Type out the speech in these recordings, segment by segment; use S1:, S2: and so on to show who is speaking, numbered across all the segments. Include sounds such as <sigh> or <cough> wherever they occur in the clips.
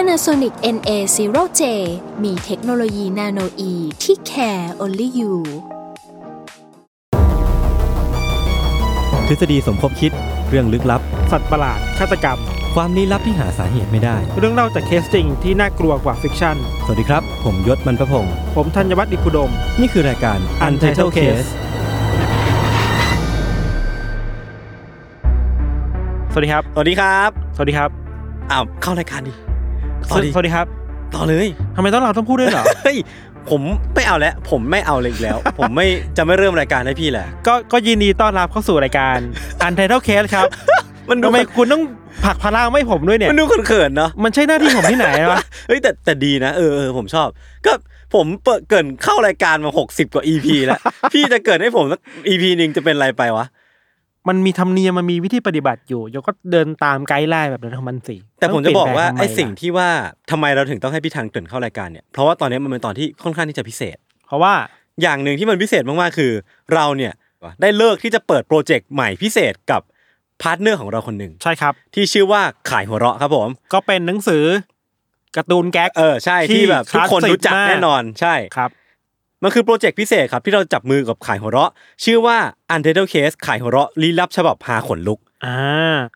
S1: Panasonic NA0J มีเทคโนโลยีนาโนอีที่ care only you
S2: ทฤษฎีสมคบคิดเรื่องลึกลับ
S3: สัตว์ประหลาด ฆาตกรรม
S2: ความลี้ลับที่หาสาเหตุไม่ได้
S3: เรื่องเล่าจากเคสจริงที่น่ากลัวกว่าฟิกชั่น
S2: สวัสดีครับ ผมยศมันประพงศ์
S3: ผมธัญวัฒน์อิพุดม
S2: นี่คือรายการ Untitled Case
S3: สวัสดีครับ
S4: สวัสดีครับ
S3: สวัสดีครับ
S4: อ้าวเข้ารายการดิ
S3: ส
S4: ต่อ
S3: วัส
S4: ดิ
S3: ดีสวัสดีครับ
S4: ต่อเลย
S3: ทำไมต้องเราต้องพูดด้วยเหรอ
S4: เฮ้ยผมไม่เอาแล้ว ผมไม่เอาเลยอีกแล้ว <laughs> ผมไม่จะไม่เริ่มรายการให้พี่แหละ
S3: <laughs> ก็ก็ยินดีต้อนรับเข้าสู่รายการ Untitled Case ครับ
S4: มันดู
S3: ทำไมคุณต้องผลักพลังไม่ผมด้วยเนี่ย
S4: มันดูเขินๆเนาะ <laughs>
S3: มันใช่หน้าที่ผมที่ไหนวะ
S4: เฮ้ยแต่แต่ดีนะเออเออผมชอบ ก็ผมเปิดเกรินเข้ารายการมา 60 กว่า EP แล้ว <laughs> พี่จะเกรินให้ผมสัก EP หนึ่งจะเป็นอะไรไปวะ
S3: มันมีธรรมเนียมมันมีวิธีปฏิบัติอยู่โยก็เดินตามไกด์ไลน์แบบนั้นของมันสิ
S4: แต่ผมจะบอกว่า
S3: ต้เป
S4: ไอ้
S3: ลี่ยนแปลทำมล่ะ
S4: สิ่งที่ว่าทำไมเราถึงต้องให้พี่ทันเกรินเข้ารายการเนี่ยเพราะว่าตอนนี้มันเป็นตอนที่ค่อนข้างที่จะพิเศษ
S3: เพราะว่า
S4: อย่างหนึ่งที่มันพิเศษมากๆ คือ เราเนี่ยได้เลิกที่จะเปิดโปรเจกต์ใหม่พิเศษกับพาร์ทเนอร์ของเราคนหนึ่ง
S3: ใช่ครับ
S4: ที่ชื่อว่าขายหัวเราะครับผม
S3: ก็เป็นหนังสือการ์ตูนแก๊ก
S4: เออใช่
S3: ที่
S4: ที่แบบทุกคน
S3: คลาสสิก
S4: รู้จัก
S3: มาก
S4: แน่นอนใช่
S3: ครับ
S4: มันคือโปรเจกต์พิเศษครับที่เราจับมือกับขายหัวเราะ ชื่อว่า Untitled Case ขายหัวเราะลี้ลับฉบับหาขนลุก
S3: อ่า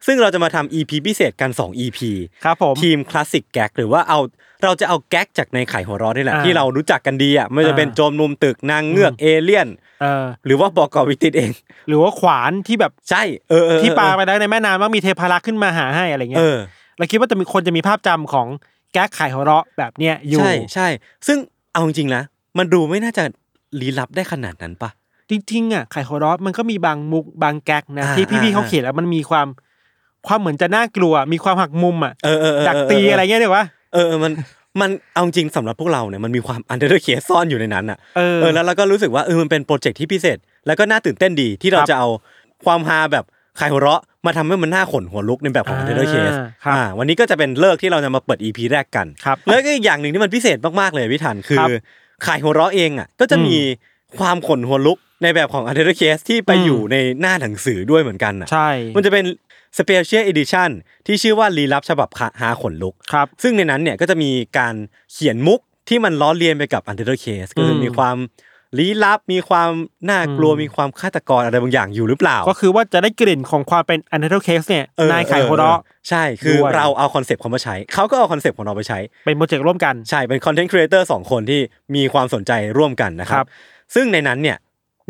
S4: ซึ่งเราจะมาทำ EP พิเศษกัน 2 EP
S3: ครับผม
S4: ทีมคลาสสิกแก๊กหรือว่าเอาเราจะเอาแก๊กจากในขายหัวเราะนี่แหละ
S3: อ่า
S4: ที่เรารู้จักกันดีอ่ะไม่ว่าจะเป็น
S3: อ่า
S4: โจรมุมตึกนางเงือกเอเลี่ยน
S3: เออ
S4: หรือว่าบอกวิติตเอง
S3: หรือว่าขวานที่แบบ
S4: ใช่เออเออ
S3: ที่ปาไป
S4: เออ
S3: แล้วในแม่น้ำว่ามีเทพารักษ์ขึ้นมาหาให้อะไรเงี้
S4: เอย อ
S3: เราคิดว่าจะมีคนจะมีภาพจำของแก๊กไข่หัวเราะแบบเนี้ยอยู่
S4: ใช่ใช่ ซึ่งเอาจริงๆนะ มันดูไม่น่าจะลี้ลับได้ขนาดนั้นปะ
S3: จริงๆอ่ะไข่หัวเราะมันก็มีบางมุกบางแก๊กนะ
S4: อ่า
S3: ที่พี่ๆ
S4: อ่า
S3: เขาเขียนแล้วมันมีความความเหมือนจะน่ากลัว มีความหักมุมอ่ะ
S4: เออเออเออ
S3: ดักตีอะไรเงี้ยเดี๋ยววะ
S4: เออเออมันมันเอาจริงสำหรับพวกเราเนี่ยมันมีความอันเดอร์เคสซ่อนอยู่ในนั้นอ่ะ
S3: เออ
S4: เออแล้วเราก็รู้สึกว่าเออมันเป็นโปรเจกต์ที่พิเศษ แล้วก็น่าตื่นเต้นดีที่เรา
S3: ครับ
S4: จะเอาความฮาแบบขายหัวเราะมาทำให้มันน่าขนหัวลุกในแบบของอันเดอร์เคส
S3: อ่าครับ
S4: อ่าวันนี้ก็จะเป็นเลิกที่เราจะมาเปิดอีพีแรกกัน
S3: ครับ
S4: แล้วก็อีกอย่างหนึ่งที่มันพิเศษมากๆเลยพี่ทันคื
S3: ค
S4: อ
S3: รับ
S4: ขายหัวเราะเองอ่ะก็จะ
S3: อืม
S4: มีความขนหัวลุกในแบบของอันเดอร์เคสที่ไป
S3: อืม
S4: อยู่ในหน้าหนังสือด้วยเหมือนกันอ่ะ
S3: ใช่
S4: มันจะเป็นสเปเชียลเอดิชันที่ชื่อว่าลีลับฉบับขะหาขนลุก
S3: ครับ
S4: ซึ่งในนั้นเนี่ยก็จะมีการเขียนมุกที่มันล้อเลียนไปกับอันเดอร์เคสก็คืออ
S3: ม
S4: มีความลี้ลับ มีความน่ากลัว
S3: อืม
S4: มีความฆาตกรอะไรบางอย่างอยู่หรือเปล่า
S3: ก็คือว่าจะได้กลิ่นของความเป็นอันเดอร์เคสเนี่ย
S4: เออน
S3: ายไข่หัวเราะ
S4: เออใช่คือ
S3: ด้วย
S4: เราเอาคอนเซปต์เขามาใช้เขาก็เอาคอนเซปต์ของเราไปใช้
S3: เป็นโปรเจกต์ร่วมกัน
S4: ใช่เป็นคอนเทนต์ครีเอเตอร์สองคนที่มีความสนใจร่วมกันนะค
S3: ครั
S4: รับ
S3: บ
S4: ซึ่งในนั้นเนี่ย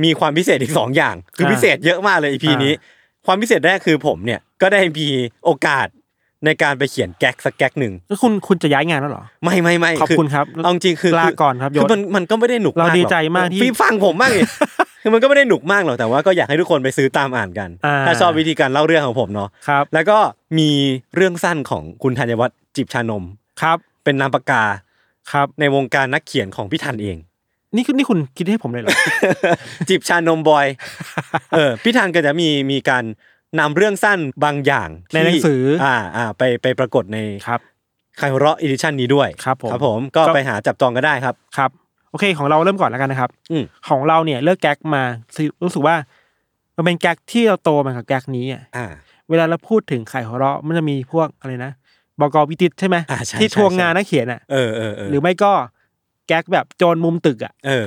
S4: มีความพิเศษอีก 2 อย่าง คืออา พิเศษเยอะมากเลยอีพี
S3: อ่านี้
S4: นี้ ความพิเศษแรกคือผมเนี่ยก็ได้มีโอกาสในการไปเขียนแก๊กสักแก๊กหนึ่ง
S3: แล้วคุณคุณจะย้ายงานแล้วเหรอ
S4: ไม่ไม่ไม่
S3: ขอบคุณครับ
S4: เอาจริงคือ
S3: ลาก่อนครับยศ
S4: คือมันมันก็ไม่ได้หนุก
S3: เรา
S4: หอก
S3: ดีใจมากที่
S4: พี่ฟังผม
S3: <laughs>
S4: มากเลย คือมันก็ไม่ได้หนุกมากหรอกแต่ว่าก็อยากให้ทุกคนไปซื้อตามอ่านกัน
S3: อ่า
S4: ถ้าชอบวิธีการเล่าเรื่องของผมเนาะ
S3: ครับ
S4: แล้วก็มีเรื่องสั้นของคุณธัญวัฒน์จิบชานม
S3: ครับ
S4: เป็นนามปากกา
S3: ครับ
S4: ในวงการนักเขียนของพี่ทันเอง <laughs>
S3: นี่คือนี่คุณคิดให้ผมเลยเหรอ
S4: จิบชานมบอย เออพี่ทันก็จะมีมีการนำเรื่องสั้นบางอย่างที่
S3: ในหนังสืออ่
S4: อ่าอ่าไปไปปรากฏใน
S3: ครับ
S4: คายหัวเราะอีดิชันนี้ด้วย
S3: ครับผม
S4: ก็
S3: ก็
S4: ไปหาจับจองก็ได้ครับ
S3: ครับโอเคของเราเริ่มก่อนแล้วกันนะครับ
S4: อืม
S3: ของเราเนี่ยเลิกแก๊กมารู้สึกว่า มันเป็นแก๊กที่เราโตมากับแก๊กนี้อ่ะ
S4: อ่า
S3: เวลาเราพูดถึงไข่หัวเราะมันจะมีพวกอะไรนะบกวิติตใช่ไหม
S4: อ่าใช่
S3: ที่
S4: ใช่
S3: ทวง
S4: ใช่
S3: งานนักเขียนอ่ะ
S4: เออเออเออ
S3: หรือไม่ก็แก๊กแบบโจรมุมตึกอ่ะ
S4: เออ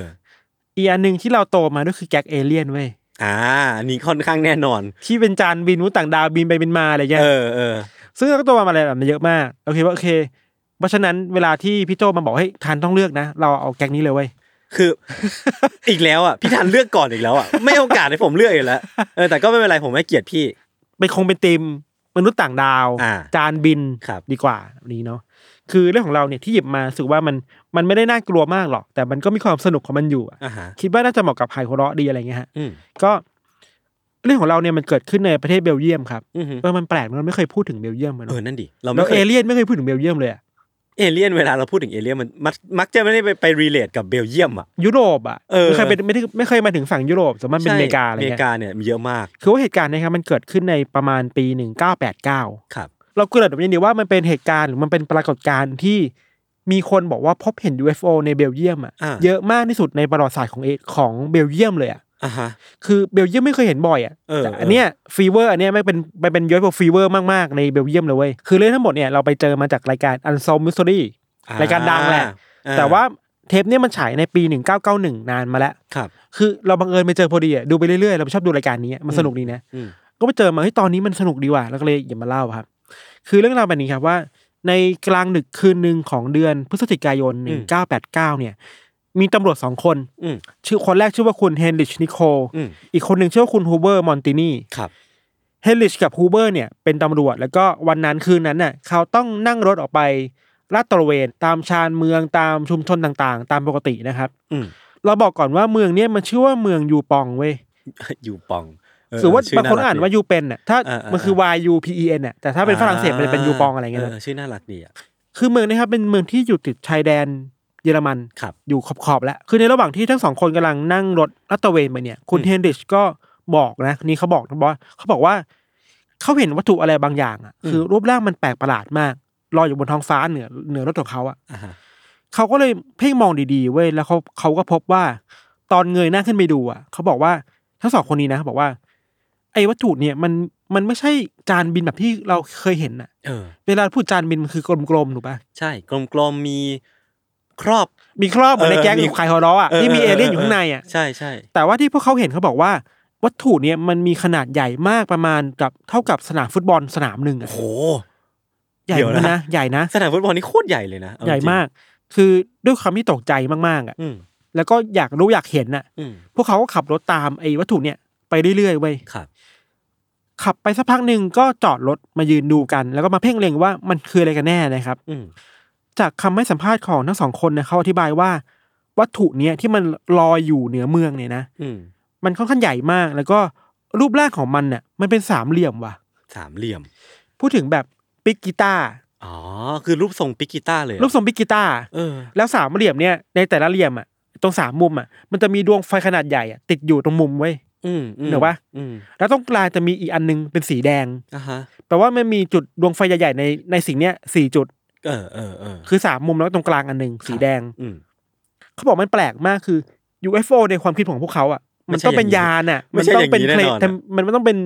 S3: อีกอันหนึ่งที่เราโตมาด้วยคือแก๊กเอเลี่ยนเว้ย
S4: อ่าอันนี้ค่อนข้างแน่นอน
S3: ที่เป็นจานบินมนุษย์ต่างดาวบินไปบินมาอะไรเงี้ย
S4: เออเออ
S3: ซึ่งเราก็โตมาอะไรแบบนี้เยอะมากโอเคว่าโอเค เพราะฉะนั้นเวลาที่พี่โจมาบอกให้ยทานต้องเลือกนะ เราเอาแก๊กนี้เลยเว้ย
S4: คือ <laughs> อีกแล้วอ่ะพี่ทันเลือกก่อนอีกแล้วอ่ะ <laughs> ไม่ให้โอกาสให้ผมเลือกอีกแล้วเออแต่ก็ไม่เป็นไรผมไม่เกลียดพี่
S3: เป็นคงเป็นธีมมนุษย์ต่างดาว
S4: อ่า
S3: จานบิน
S4: ครับ
S3: ดีกว่าแบบนี้เนาะคือเรื่องของเราเนี่ยที่หยิบมารู้สึกว่ามันมันไม่ได้น่ากลัวมากหรอก แต่มันก็มีความสนุกของมันอยู่อะ
S4: อ่าฮะ
S3: คิดว่าน่าจะเหมาะกับไฮโคเราะดีอะไรเงี้ยฮะ
S4: อืม
S3: ก็เรื่องของเราเนี่ยมันเกิดขึ้นในประเทศเบลเยียมครับ
S4: อือหือ
S3: เออมันแปลกมันไม่เคยพูดถึงเบลเยียมเลย
S4: เออ
S3: เนาะ
S4: นั่นดิเรา
S3: แล้
S4: ไม่
S3: ว
S4: เค
S3: เอย เลี่ยนไม่เคยพูดถึงเบลเยียมเลยอะ
S4: เอ เอเลี่ยนเวลาเราพูดถึงเอเลี่ยนมันมักมักจะไม่ได้ไปไปรีเลทกับเบลเยียมอ่ะ
S3: ยุโรปอ่ะ
S4: เออ
S3: ไม่เคยเป็นไม่ได้ไม่เคยมาถึงฝั่งยุโรปแต่มันเป็นอ
S4: ใช่
S3: เมริกาอะไร
S4: อเมริ
S3: เงี้ย
S4: กาเนี่ยมีเยอะมาก
S3: คือว่าเหตุการณ์เนะครับมันเกิดขึ้นในประมาณปี 1989
S4: ครับ
S3: เราเกริดแบบนี้ดีว่ามันเป็นเหตุการณ์หรือมันเป็นปรากฏการณ์ที่มีคนบอกว่าพบเห็น UFO ในเบลเยียมอ่ะ
S4: อ่า
S3: เยอะมากที่สุดในประวัติศาสตร์ของเอของเบลเยียมเลยอ่ะ
S4: อ่าฮะ
S3: คือเบลเยียมไม่เคยเห็นบ่อยอ่ะ
S4: เออ
S3: แต่อันเนี้ยฟีเวอร์อันเนี้ยไม่งเป็นไปเป็น UFO ฟีเวอร์มากๆในเบลเยียมเลยเว้ยคือเรื่องทั้งหมดเนี่ยเราไปเจอมาจากรายการ Unsolved Mystery
S4: อ่
S3: รายการดังแหละ
S4: อ่
S3: แต่ว่าเทปเนี่ยมันฉายในปี 1991 นานมาแล้ว
S4: ครับ
S3: คือเราบังเอิญไปเจอพอดีอ่ะดูไปเรื่อยๆ เราชอบดูรายการนี้อะมันสนุกดีนะ
S4: อืม
S3: ก็ไปเจอมาเฮ้ยตอนนี้มันสนุกดีว่ะแล้วก็เลยหยิบมาเล่าครับ คือเรื่องราวแบบนี้ครับว่า ในกลางดึกคืนหนึ่งของเดือนพฤศจิกายน 1989 เนี่ย มีตำรวจสองคน
S4: อืม
S3: ชื่อคนแรกชื่อว่าคุณเฮนริชนิโคล
S4: อืม
S3: อีกคนหนึ่งชื่อว่าคุณฮูเบอร์มอนตินี
S4: ครับ
S3: เฮนริชกับฮูเบอร์เนี่ยเป็นตำรวจแล้วก็วันนั้นคืนนั้นน่ะเขาต้องนั่งรถออกไปลาดตระเวนตามชานเมืองตามชุมชนต่างๆ ตามปกตินะครับ
S4: อืม <laughs>
S3: เราบอกก่อนว่าเมืองเนี่ยมันชื่อว่าเมืองยูปองเว้ย
S4: ยูปองเ
S3: สือว่า
S4: ชื่
S3: บางคนอ่าน
S4: รักดี
S3: ว่ายูเป็นอ่ะ ถ้า
S4: เออเออ
S3: มันคือ Y U P E N อ่ะ แต่ถ้าเป็นฝรั่งเศสมันจะเป็นยูปองอะไรเงี้ยนะ
S4: ชื่อน่ารักดีอ่ะ
S3: คือเมืองเนี้ครับเป็นเมืองที่อยู่ติดชายแดนเยอรมัน
S4: ครับ
S3: อยู่ขอบขอบๆแล้ว คือในระหว่างที่ทั้งสองคนกำลังนั่งรถลาดตระเวนไปเนี่ย คุณ
S4: อืม
S3: เฮนริชก็บอกนะนี่เขาบอกนะบอสเขาบอกว่า เขาเห็นวัตถุอะไรบางอย่างอ่ะ คือรูปร่างมันแปลกประหลาดมากลอยอยู่บนท้องฟ้าเหนือเหนือรถของเขาอ่ะ
S4: อ่าฮะ
S3: เขาก็เลยเพ่งมองดีๆเว้ยแล้วเขาเขาก็พบว่า ตอนเงยหน้าขึ้นไปดูอ่ะเขาบอกว่าทั้งสองคนนี้นะบอกว่า ไอ้วัตถุเนี่ยมันมันไม่ใช่จานบินแบบที่เราเคยเห็นอ่ะ
S4: เออ
S3: เวลาพูดจานบินมันคือกลมๆถูกปะ
S4: ใช่กลมๆมีครอบ
S3: มีครอบเหมือนในแก๊ง
S4: เออมี
S3: ของใครฮอร์ล้ออ่ะ
S4: เออ
S3: ที่มี
S4: เอ
S3: เอ
S4: อ
S3: เลี่ยนอ
S4: เอยู่อ
S3: ข้างในอ่ะ
S4: ใช่ใช่
S3: แต่ว่าที่พวกเขาเห็นเขาบอกว่า วัตถุเนี่ยมันมีขนาดใหญ่มากประมาณกับเท่ากับสนามฟุตบอลสนามหนึ่ง
S4: โอ้
S3: อ่ะ
S4: โห
S3: ใหญ่
S4: เดี๋ยวนะ
S3: นะนะใหญ่นะ
S4: สนามฟุตบอลนี่โคตรใหญ่เลยนะเอจริง
S3: ใหญ่มาก คือด้วยความที่ตกใจมากๆอ่ะ
S4: อืม
S3: แล้วก็อยากรู้อยากเห็นอ่ะ
S4: อืม
S3: พวกเขาก็ขับรถตามไอ้วัตถุเนี่ยไปเรื่อยๆเว้ย
S4: ครับ
S3: ขับไปสักพักหนึ่งก็จอดรถมายืนดูกัน แล้วก็มาเพ่งเล็งว่ามันคืออะไรกันแน่นะครับ
S4: อืม
S3: จากคำให้สัมภาษณ์ของทั้งสองคนนะเขาอธิบายว่า วัตถุเนี้ยที่มันลอยอยู่เหนือเมืองเนี่ยนะ
S4: อืม
S3: มันค่อนข้างใหญ่มาก แล้วก็รูปร่างของมันน่ะมันเป็นสามเหลี่ยมว่ะ
S4: สามเหลี่ยม
S3: พูดถึงแบบปิกกีตาร์
S4: อ๋อ คือรูปทรงปิกกิต้าเลยอะ
S3: รูปทรงปิกกีตาร์
S4: เออ
S3: แล้วสามเหลี่ยมเนี่ยในแต่ละเหลี่ยมอ่ะตรงสามมุมอ่ะมันจะมีดวงไฟขนาดใหญ่อะติดอยู่ตรงมุมเว้ย
S4: อืมอืม
S3: เดี๋ยววะ
S4: อืม
S3: แล้วตรงกลางจะมีอีกอันนึงเป็นสีแดง
S4: อ่ะฮะ
S3: แปลว่ามันมีจุดดวงไฟใหญ่ๆในในสิ่งเนี้ยสี่จุด
S4: เออเออเออ
S3: คือสามมุมแล้วก็ตรงกลางอันหนึ่งสีแดง
S4: อืม
S3: เขาบอกมันแปลกมากคือ UFO ในความคิดของพวกเขาอ่ะ มันต้องเป็นยานอ่ะ
S4: ไม่ใช่
S3: ต้
S4: อ
S3: อย่าง
S4: ง
S3: เป็น
S4: นี้
S3: เพล
S4: แน่น
S3: ท
S4: อนอะ
S3: มันมันต้องเป็น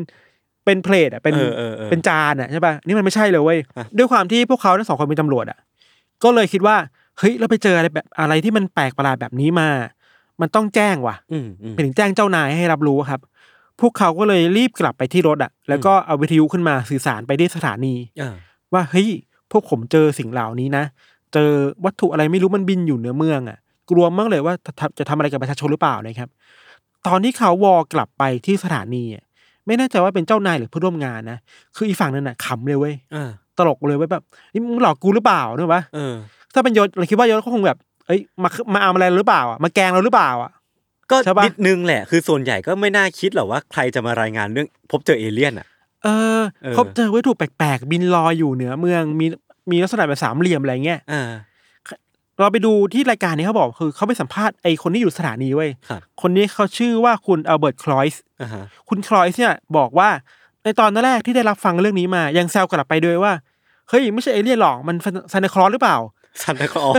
S3: เป็นเพลทอ่ะเป็น
S4: เออเออเออ
S3: เป็นจานอ่ะใช่ป่ะนี่มันไม่ใช่เลยเว้ย
S4: อ่ะ
S3: ด้วยความที่พวกเขาทั้งสองคนเป็นตำรวจอ่ะ ก็เลยคิดว่าเฮ้ยเราไปเจออะไรแบบอะไรที่มันแปลกประหลาดแบบนี้มา มันต้องแจ้งว่ะ
S4: อืมอืม
S3: ไปถึงแจ้งเจ้านายให้รับรู้ครับ พวกเขาก็เลยรีบกลับไปที่รถอ่ะ แล้วก็เอาวิทยุขึ้นมาสื่อสารไปที่สถานี
S4: อ่า
S3: ว่าเฮ้ยพวกผมเจอสิ่งเหล่านี้นะ เจอวัตถุอะไรไม่รู้มันบินอยู่เหนือเมืองอ่ะ กลัวมากเลยว่าจะทำจะทำอะไรกับประชาชนหรือเปล่านะครับ ตอนที่เขาวอกลับไปที่สถานีอะไม่แน่ใจว่าเป็นเจ้านายหรือเพื่อนร่วมงานนะคืออีฝั่งนั้นน่ะขำเลยเว้ย
S4: อ่า
S3: ตลกเลยเว้ยแบบนี่มึงหลอกกูหรือเปล่าเนกอะปะ
S4: เออ
S3: ถ้าเป็นยศเราคิดว่ายศก็คงแบบเอ้ยมามาเอาอะไรเราหรือเปล่าอ่ะมาแกล้งเราหรือเปล่าอ่ะ
S4: ก็
S3: ใช่ปะ
S4: นิดนึงแหละ คือส่วนใหญ่ก็ไม่น่าคิดหรอกว่าใครจะมารายงานเรื่องพบเจอเอเลี่ยนอ่ะ
S3: เออ
S4: เออ
S3: เขาเจอวัตถุแปลกๆ บินลอยอยู่เหนือเมือง มีมีลักษณะแบบสามเหลี่ยมอะไรเงี้ย
S4: อ่า
S3: เราไปดูที่รายการนี้เขาบอกคือเขาไปสัมภาษณ์ไอ้คนที่อยู่สถานีเว้ย
S4: ครับ
S3: คนนี้เขาชื่อว่าคุณอัลเบิร์ตคลอยส์
S4: อ่าฮะ <laughs>
S3: คุณคลอยส์เนี่ยบอกว่าในตอนแรกที่ได้รับฟังเรื่องนี้มา ยังแซวกลับไปด้วยว่า เฮ้ย ไม่ใช่เอเลี่ยนหรอกมันซานตาคลอสหรือเปล่า
S4: ซันตาคลอส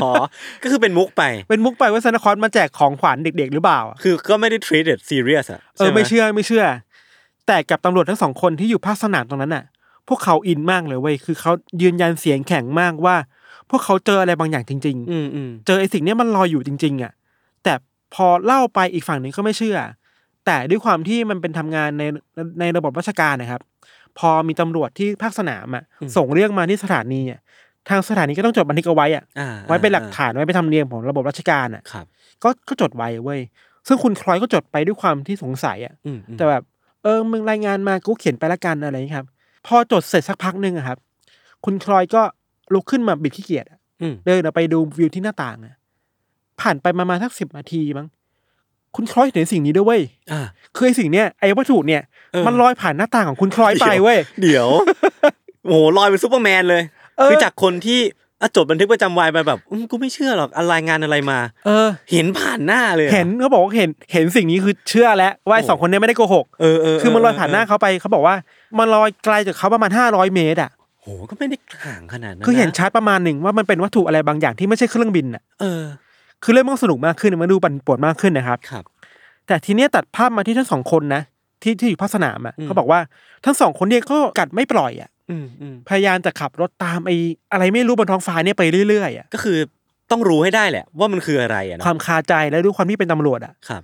S4: ก็คือเป็นมุกไป
S3: เป็นมุกไปว่าซานตาคลอสมาแจกของขวัญเด็ก ๆ หรือเปล่า
S4: คือก็ไม่ได้ treated serious อ่ะ
S3: เออไม่เชื่อไม่เชื่อ แต่กับตำรวจทั้งสองคนที่อยู่ภาคสนามตรงนั้นน่ะ พวกเขาอินมากเลยเว้ยคือเขายืนยันเสียงแข็งมากว่า พวกเขาเจออะไรบางอย่างจริง
S4: อืมอืม
S3: ๆ เจอไอ้สิ่งเนี้ยมันลอยอยู่จริง ๆ อ่ะ แต่พอเล่าไปอีกฝั่งหนึ่งก็ไม่เชื่อ แต่ด้วยความที่มันเป็นทำงานในในระบบราชการนะครับ พอมีตำรวจที่ภาคสนามอ่ะส่งเรื่องมาที่สถานีอ่ะทางสถานีก็ต้องจดบันทึกเอาไว้อ่ะ
S4: อ่า
S3: ไว้เป็นหลักฐานไว้เป็นธรรมเนียมของระบบราชการอ่ะ
S4: ครับ
S3: ก็ก็จดไว้เว้ยซึ่งคุณคลอยก็จดไปด้วยความที่สงสัยอ่ะ
S4: อืมอืม
S3: แต่แบบเออมึงรายงานมากูเขียนไปละกันอะไรอย่างนี้ครับ พอจดเสร็จสักพักหนึ่งอะครับ คุณคลอยก็ลุกขึ้นมาบิดขี้เกียจอะ
S4: อืม
S3: เดินออกไปดูวิวที่หน้าต่างอะผ่านไปประมาณสักสิบนาทีมั้งคุณคลอยเห็นสิ่งนี้ด้วยเว้ย
S4: อ่า
S3: คือไอ้สิ่งเนี้ยไอ้วัตถุเนี่ย
S4: เออ
S3: มันลอยผ่านหน้า <laughs> ต่างของคุณคลอยไปเว้ย
S4: เดี๋ยว โอ้โหลอยเป็นซูเปอร์แมนเลย
S3: เออ
S4: คือจากคนที่ อ่ะจดบันทึกประจำวันไปแบบอืมกูไม่เชื่อหรอกอะไรงานอะไรมา
S3: เออ
S4: เห็นผ่านหน้าเลยอะ
S3: เห็นเขาบอกว่าเห็นเห็นสิ่งนี้คือเชื่อแล้วว่าไอ้
S4: โอ้
S3: สองคนเนี้ไม่ได้โกหก
S4: เออเออ
S3: คือมันลอยผ่านหน้า
S4: เ
S3: เขาไปเขาบอกว่ามันลอยไกลจากเขาประมาณ 500 เมตรอ่ะ
S4: โหก็ไม่ได้ห่างขนาดนั้นะ
S3: คือเห็นชัดประมาณหนึ่งว่ามันเป็นวัตถุอะไรบางอย่างที่ไม่ใช่เครื่องบินอ่ะ
S4: เออ
S3: คือเรื่องมันสนุกมากขึ้นมันดูปั่นป่วนมากขึ้นนะครับ
S4: ครับ
S3: แต่ทีเนี้ยตัดภาพมาที่ทั้งสองคนนะที่ที่อยู่ภาคสนามอ่ะ
S4: อืม
S3: เขาบอกว่าทั้งสองคนเนี่ยก็กัดไม่ปล่อยอ่ะ
S4: อืมอืม
S3: พยายามจะขับรถตามไอ้อะไรไม่รู้บนท้องฟ้าเนี่ยไปเรื่อยๆอ่ะ
S4: ก็คือต้องรู้ให้ได้แหละ ว่ามันคืออะไรอ่ะ
S3: ค
S4: เนาะ
S3: วามคาใจและด้วยความที่เป็นตำรวจอ่ะ
S4: ครับ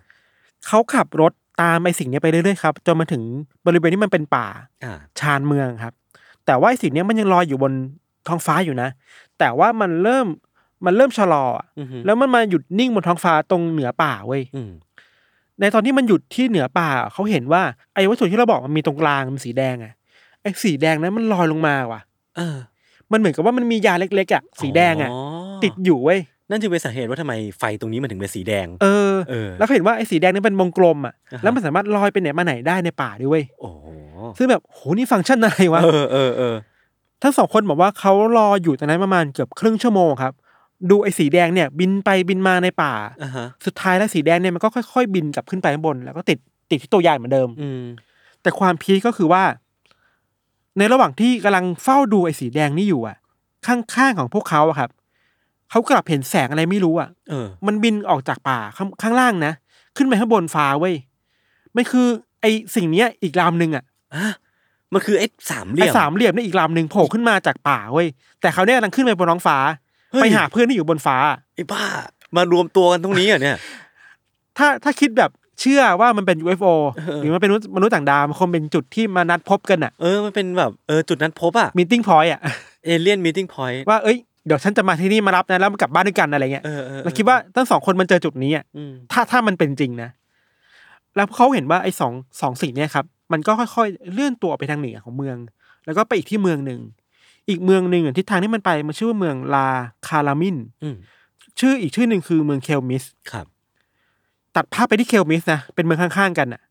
S3: เขาขับรถตามไอ้สิ่งเนี้ยไปเรื่อยๆครับจนมาถึงบริเวณที่มันเป็นป่า
S4: อ่า
S3: ชานเมืองครับ แต่ว่าไอ้สิ่งเนี้ยมันยังลอยอยู่บนท้องฟ้าอยู่นะ แต่ว่ามันเริ่มมันเริ่มชะลออะ
S4: อือฮึ
S3: แล้วมันมาหยุดนิ่งบนท้องฟ้าตรงเหนือป่าเว้ย
S4: อืม
S3: ในตอนที่มันหยุดที่เหนือป่าเขาเห็นว่าไอ้วัตถุที่เราบอกมันมีตรงกลางมันสีแดงอะไอ้สีแดงนั้นมันลอยลงมาว่ะ
S4: เออ
S3: มันเหมือนกับว่ามันมียาเล็กๆอะสีแดงอะติดอยู่เว้ย
S4: นั่นจึงเป็นสาเหตุว่าทำไมไฟตรงนี้มันถึงเป็นสีแดง
S3: เออ
S4: เออ
S3: แล้วเขาเห็นว่าไอ้สีแดงนั้นเป็นวงกลมอะ
S4: อ่าฮะ
S3: แล้วมันสามารถลอยไปไหนมาไหนได้ในป่าด้วยเว้ย
S4: โอ้โห
S3: ซึ่งแบบโหนี่ฟังก์ชันอะไรวะ
S4: เออเออเออ
S3: ทั้งสองคนบอกว่าเขารออยู่ตรงนั้นประมาณเกือบครึ่งชั่วโมงครับ ดูไอ้สีแดงเนี่ย บินไปบินมาในป่า
S4: อ่าฮะ
S3: สุดท้ายแล้วสีแดงเนี่ยมันก็ค่อยๆ บินกลับขึ้นไปข้างบน แล้วก็ติดติดที่ตัวยานเหมือนเดิม
S4: อืม
S3: แต่ความพีคก็คือว่า ในระหว่างที่กำลังเฝ้าดูไอ้สีแดงนี่อยู่อ่ะ ข้างๆของพวกเขาอะครับเขากลับเห็นแสงอะไรไม่รู้อ่ะ
S4: เออ
S3: มันบินออกจากป่าข้างข้างล่างนะขึ้นไปข้างบนฟ้าเว้ยมันคือไอ้สิ่งเนี้ยอีกลำหนึ่งอ่ะ
S4: อะมันคือไอ้สามเหลี่ย
S3: ไอ้
S4: ม
S3: สามเหลี่ยมนี่อีกลำหนึ่งโผล่ขึ้นมาจากป่าเว้ยแต่เขาวเนี่ยกำลังขึ้นไปบนท้องฟ้า
S4: เฮ้ย
S3: ไปหาเพื่อนที่อยู่บนฟ้า
S4: ไอ้บ้ามารวมตัวกันตรงนี้เหรอเนี่ย
S3: ถ้าถ้าคิดแบบเชื่อว่ามันเป็น UFO
S4: เออ
S3: หรือมันเป็นมนุษย์มนุษย์ต่างดาวมันคงเป็นจุดที่มานัดพบกันอะ
S4: เออมันเป็นแบบเออจุดนั้นพบอะ
S3: มีติ้งพอยอะ
S4: เอเลี่ยนมีติ้งพอยต์
S3: ว่าเอ้ยเดี๋ยวฉันจะมาที่นี่มารับนะแล้วมากลับบ้านด้วยกันอะไรเงี้ย
S4: เออเออเออ
S3: เราคิดว่าทั้งสองคนมันเจอจุดนี้อะ
S4: อืม
S3: ถ้าถ้ามันเป็นจริงนะ แล้วเขาเห็นว่าไอ้สองสองสิ่งเนี่ยครับ มันก็ค่อยๆเลื่อนตัวไปทางเหนือของเมือง แล้วก็ไปอีกที่เมืองหนึ่งอีกเมืองหนึ่งอะทิศทางที่มันไปมันชื่อว่าเมืองลาคารามิน
S4: อืม
S3: ชื่ออีกชื่อหนึ่งคือเมืองเคลมิส
S4: ครับ
S3: ตัดภาพไปที่เคลมิสนะ เป็นเมืองข้างๆกันน่ะ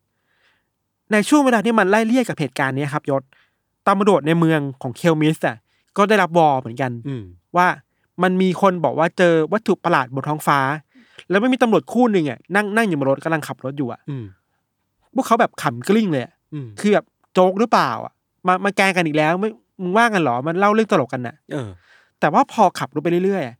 S3: ในช่วงเวลาที่มันไล่เลี่ยกับเหตุการณ์เนี้ยครับยศตำรวจในเมืองของเคลมิสอ่ะก็ได้รับวอลเหมือนกัน
S4: อืม
S3: ว่ามันมีคนบอกว่าเจอวัตถุประหลาดบนท้องฟ้า แล้วไม่มีตำรวจคู่หนึ่งอ่ะนั่งนั่งอยู่บนรถกำลังขับรถอยู่อ่ะ
S4: อืม
S3: พวกเขาแบบขำกลิ้งเลยอะ
S4: อืม
S3: คือแบบโจ๊กหรือเปล่าอ่ะมามาแกล้งกันอีกแล้วไม่มึงว่ากันเหรอมันเล่าเรื่องตลกกันน่ะ
S4: เออ
S3: แต่ว่าพอขับรถไปเรื่อยๆอะ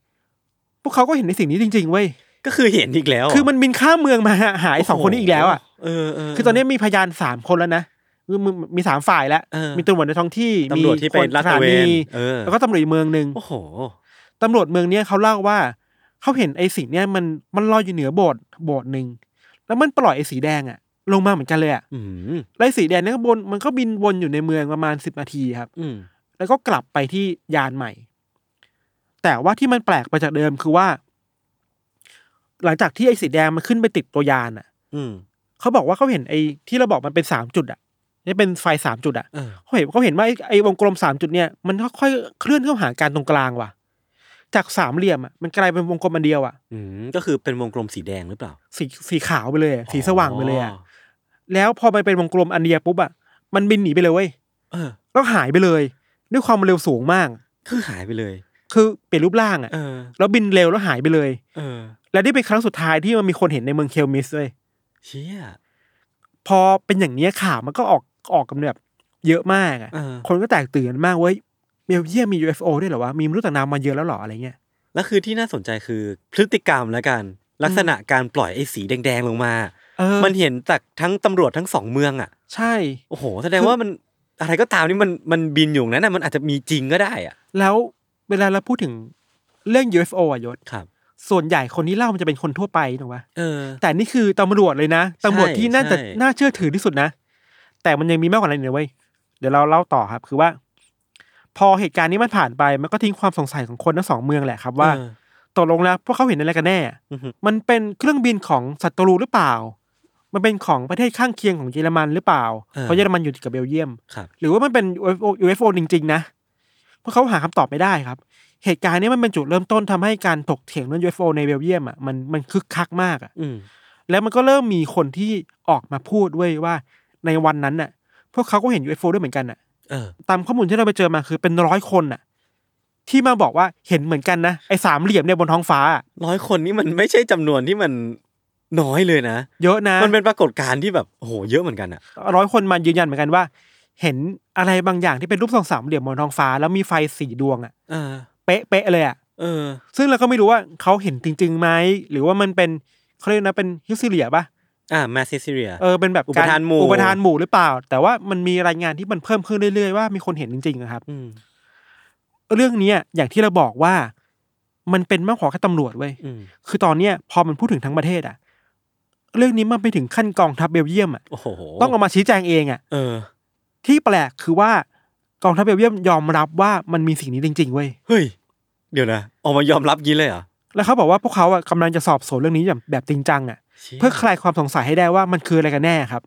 S3: พวกเขาก็เห็นในสิ่งนี้จริงๆเว้ย
S4: ก็คือเห็นอีกแล้วะ
S3: คือมันบินข้ามเมืองมาหาหาไอ้สองคนนี้อีกแล้วอ่ะ
S4: เออเออ
S3: คือตอนนี้มีพยานสามคนแล้วนะคือมึงมีสามฝ่ายแล้ว
S4: เออ
S3: มีตำรวจในท้องที่ มี
S4: ตำรวจที่ไป
S3: คน
S4: ลาด
S3: ส
S4: ต
S3: ถา
S4: ระเว
S3: นี
S4: นเออ
S3: แล้วก็ตำรวจอีกเมืองหนึ่ง
S4: โอ้โห
S3: ตำรวจเมืองเนี้ยเขาเล่าว่า เขาเห็นไอ้สิ่งเนี้ยมันมันลอยอยู่เหนือโบสถ์โบสถ์หนึ่งแล้วมันปล่อยไอ้สีแดงอะลงมาเหมือนกันเลยอะ
S4: อืม
S3: แล้วไอ้สีแดงเนี่ยก็บนมันก็บินวนอยู่ในเมืองประมาณสิบนาทีครับ
S4: อืม
S3: แล้วก็กลับไปที่ยานใหม่ แต่ว่าที่มันแปลกไปจากเดิมคือว่า หลังจากที่ไอ้สีแดงมันขึ้นไปติดตัวยานอะ
S4: อืม
S3: เขาบอกว่าเขาเห็นไอ้ที่เราบอกมันเป็นสามจุดอ่ะนี่เป็นไฟสามจุดอ่ะ
S4: เออ
S3: เขาเห็นเขาเห็นว่าไอ้ไอ้วงกลมสามจุดเนี่ยมันค่อยๆเคลื่อนเข้าหากันตรงกลางว่ะ จากสามเหลี่ยมอ่ะมันกลายเป็นวงกลมอันเดียวอ่ะ
S4: อืมก็คือเป็นวงกลมสีแดงหรือเปล่า
S3: สีสีขาวไปเลยอะสีสว่างไปเลยอ่ะ
S4: อ๋อ
S3: แล้วพอมันเป็นวงกลมอันเดียวปุ๊บอ่ะมันบินหนีไปเลยเว้ย
S4: เออ
S3: แล้วหายไปเลย ด้วยความเร็วสูงมาก
S4: คือหายไปเลย
S3: คือเปลี่ยนรูปร่างอ่ะ
S4: เออ
S3: แล้วบินเร็วแล้วหายไปเลย
S4: เออ
S3: และนี่เป็นครั้งสุดท้ายที่มันมีคนเห็นในเมืองเคลมิสเลย
S4: เชี่ย
S3: พอเป็นอย่างเนี้ยข่าวมันก็ออกออกกันแบบเยอะมากอ่ะ
S4: เออ
S3: คนก็แตกตื่นกันมากเว้ยเบลเยียมมี UFO ด้วยเหรอวะ มีมนุษย์ต่างดาวมาเยอะแล้วเหรออะไรเงี้ย
S4: แล้วคือที่น่าสนใจคือพฤติกรรมและกัน ลักษณะการปล่อยไอ้สีแดงๆลงมา
S3: เออ
S4: มันเห็นจากทั้งตำรวจทั้งสองเมืองอ่ะ
S3: ใช่
S4: โอ้โห แสดงว่ามันอะไรก็ตามนี่มันมันบินอยู่นั้นน่ะมันอาจจะมีจริงก็ได้อ่ะ
S3: แล้วเวลาเราพูดถึงเรื่อง UFO อ่ะยศ
S4: ครับ
S3: ส่วนใหญ่คนที่เล่ามันจะเป็นคนทั่วไปถูกปะ
S4: เออ
S3: แต่นี่คือตำรวจเลยนะ ตำรวจที่น่าจะ
S4: ใช่
S3: น่าเชื่อถือที่สุดนะ แต่มันยังมีมากกว่านั้นอีกนะเว้ย เดี๋ยวเราเล่าต่อครับ คือว่า พอเหตุการณ์นี้มันผ่านไป มันก็ทิ้งความสงสัยของคนทั้งสองเมืองแหละครับว่า
S4: เออ
S3: ตกลงแล้วพวกเขาเห็นอะไรกันแน่
S4: อือฮึ
S3: มันเป็นเครื่องบินของศัตรูหรือเปล่า มันเป็นของประเทศข้างเคียงของเยอรมันหรือเปล่า
S4: เออ
S3: เพราะเยอรมันอยู่ติดกับเบลเยียม
S4: ครับ
S3: หรือว่ามันเป็น UFO, UFO จริง ๆ นะ เพราะเขาหาคำตอบไม่ได้ครับ เหตุการณ์เนี้มันเป็นจุดเริ่มต้นทำให้การถกเถียงเรื่อง UFO ในเบลเยียมอ่ะมันมันคึกคักมากอ่ะ
S4: อืม
S3: แล้วมันก็เริ่มมีคนที่ออกมาพูดด้วยว่าในวันนั้นน่ะ พวกเขาก็เห็น UFO ด้วยเหมือนกันน่ะ
S4: เออ
S3: ตามข้อมูลที่เราไปเจอมาคือเป็นร้อยคนน่ะ ที่มาบอกว่าเห็นเหมือนกันนะไอ้สามเหลี่ยมเนี่ยบนท้องฟ้าอะ
S4: ร้อยคนนี่มันไม่ใช่จำนวนที่มันน้อยเลยนะ
S3: เยอะนะ
S4: มันเป็นปรากฏการณ์ที่แบบโอ้โหเยอะเหมือนกันอะ
S3: ร้อยคนมายืนยันเหมือนกันว่า เห็นอะไรบางอย่างที่เป็นรูปทรงสามเหลี่ยมบนท้องฟ้า แล้วมีไฟสีดวงอะ
S4: อ่า
S3: เป๊ะเป๊ะๆเลยอะ
S4: เออ
S3: ซึ่งเราก็ไม่รู้ว่าเขาเห็นจริงๆไหมหรือว่ามันเป็นเขาเรียกนะเป็นฮิสเลียปะ
S4: อ่าแมสซิสเรีย
S3: เออเป็นแบบ
S4: อุ
S3: ก
S4: ป
S3: ร
S4: ทานหมู่
S3: อุปทานหมู่หรือเปล่า แต่ว่ามันมีรายงานที่มันเพิ่มขึ้นเรื่อยๆว่ามีคนเห็นจริงๆอะครับ
S4: ม
S3: เรื่องเนี้ยอย่างที่เราบอกว่ามันเป็นมากกว่าแค่ตำรวจเว้ย
S4: อืม
S3: คือตอนเนี้ยพอมันพูดถึงทั้งประเทศอะเรื่องนี้มันไปถึงขั้นกองทัพเบลเยียมอะ
S4: โอ้โห
S3: ต้องออกมาชี้แจงเองอะ
S4: เออ
S3: ที่แปลกคือว่ากองทัพเบลเยียมยอมรับว่ามันมีสิ่งนี้จริงๆเว้ย
S4: เฮ้ย เดี๋ยวนะ ออกมายอมรับงี้เลยเหรอ
S3: แล้วเขาบอกว่าพวกเขาอะกำลังจะสอบสวนเรื่องนี้อย่างแบบจริงจังอะ
S4: ชี่ย
S3: เพื่อคลายความสงสัยให้ได้ว่ามันคืออะไรกันแน่ครับ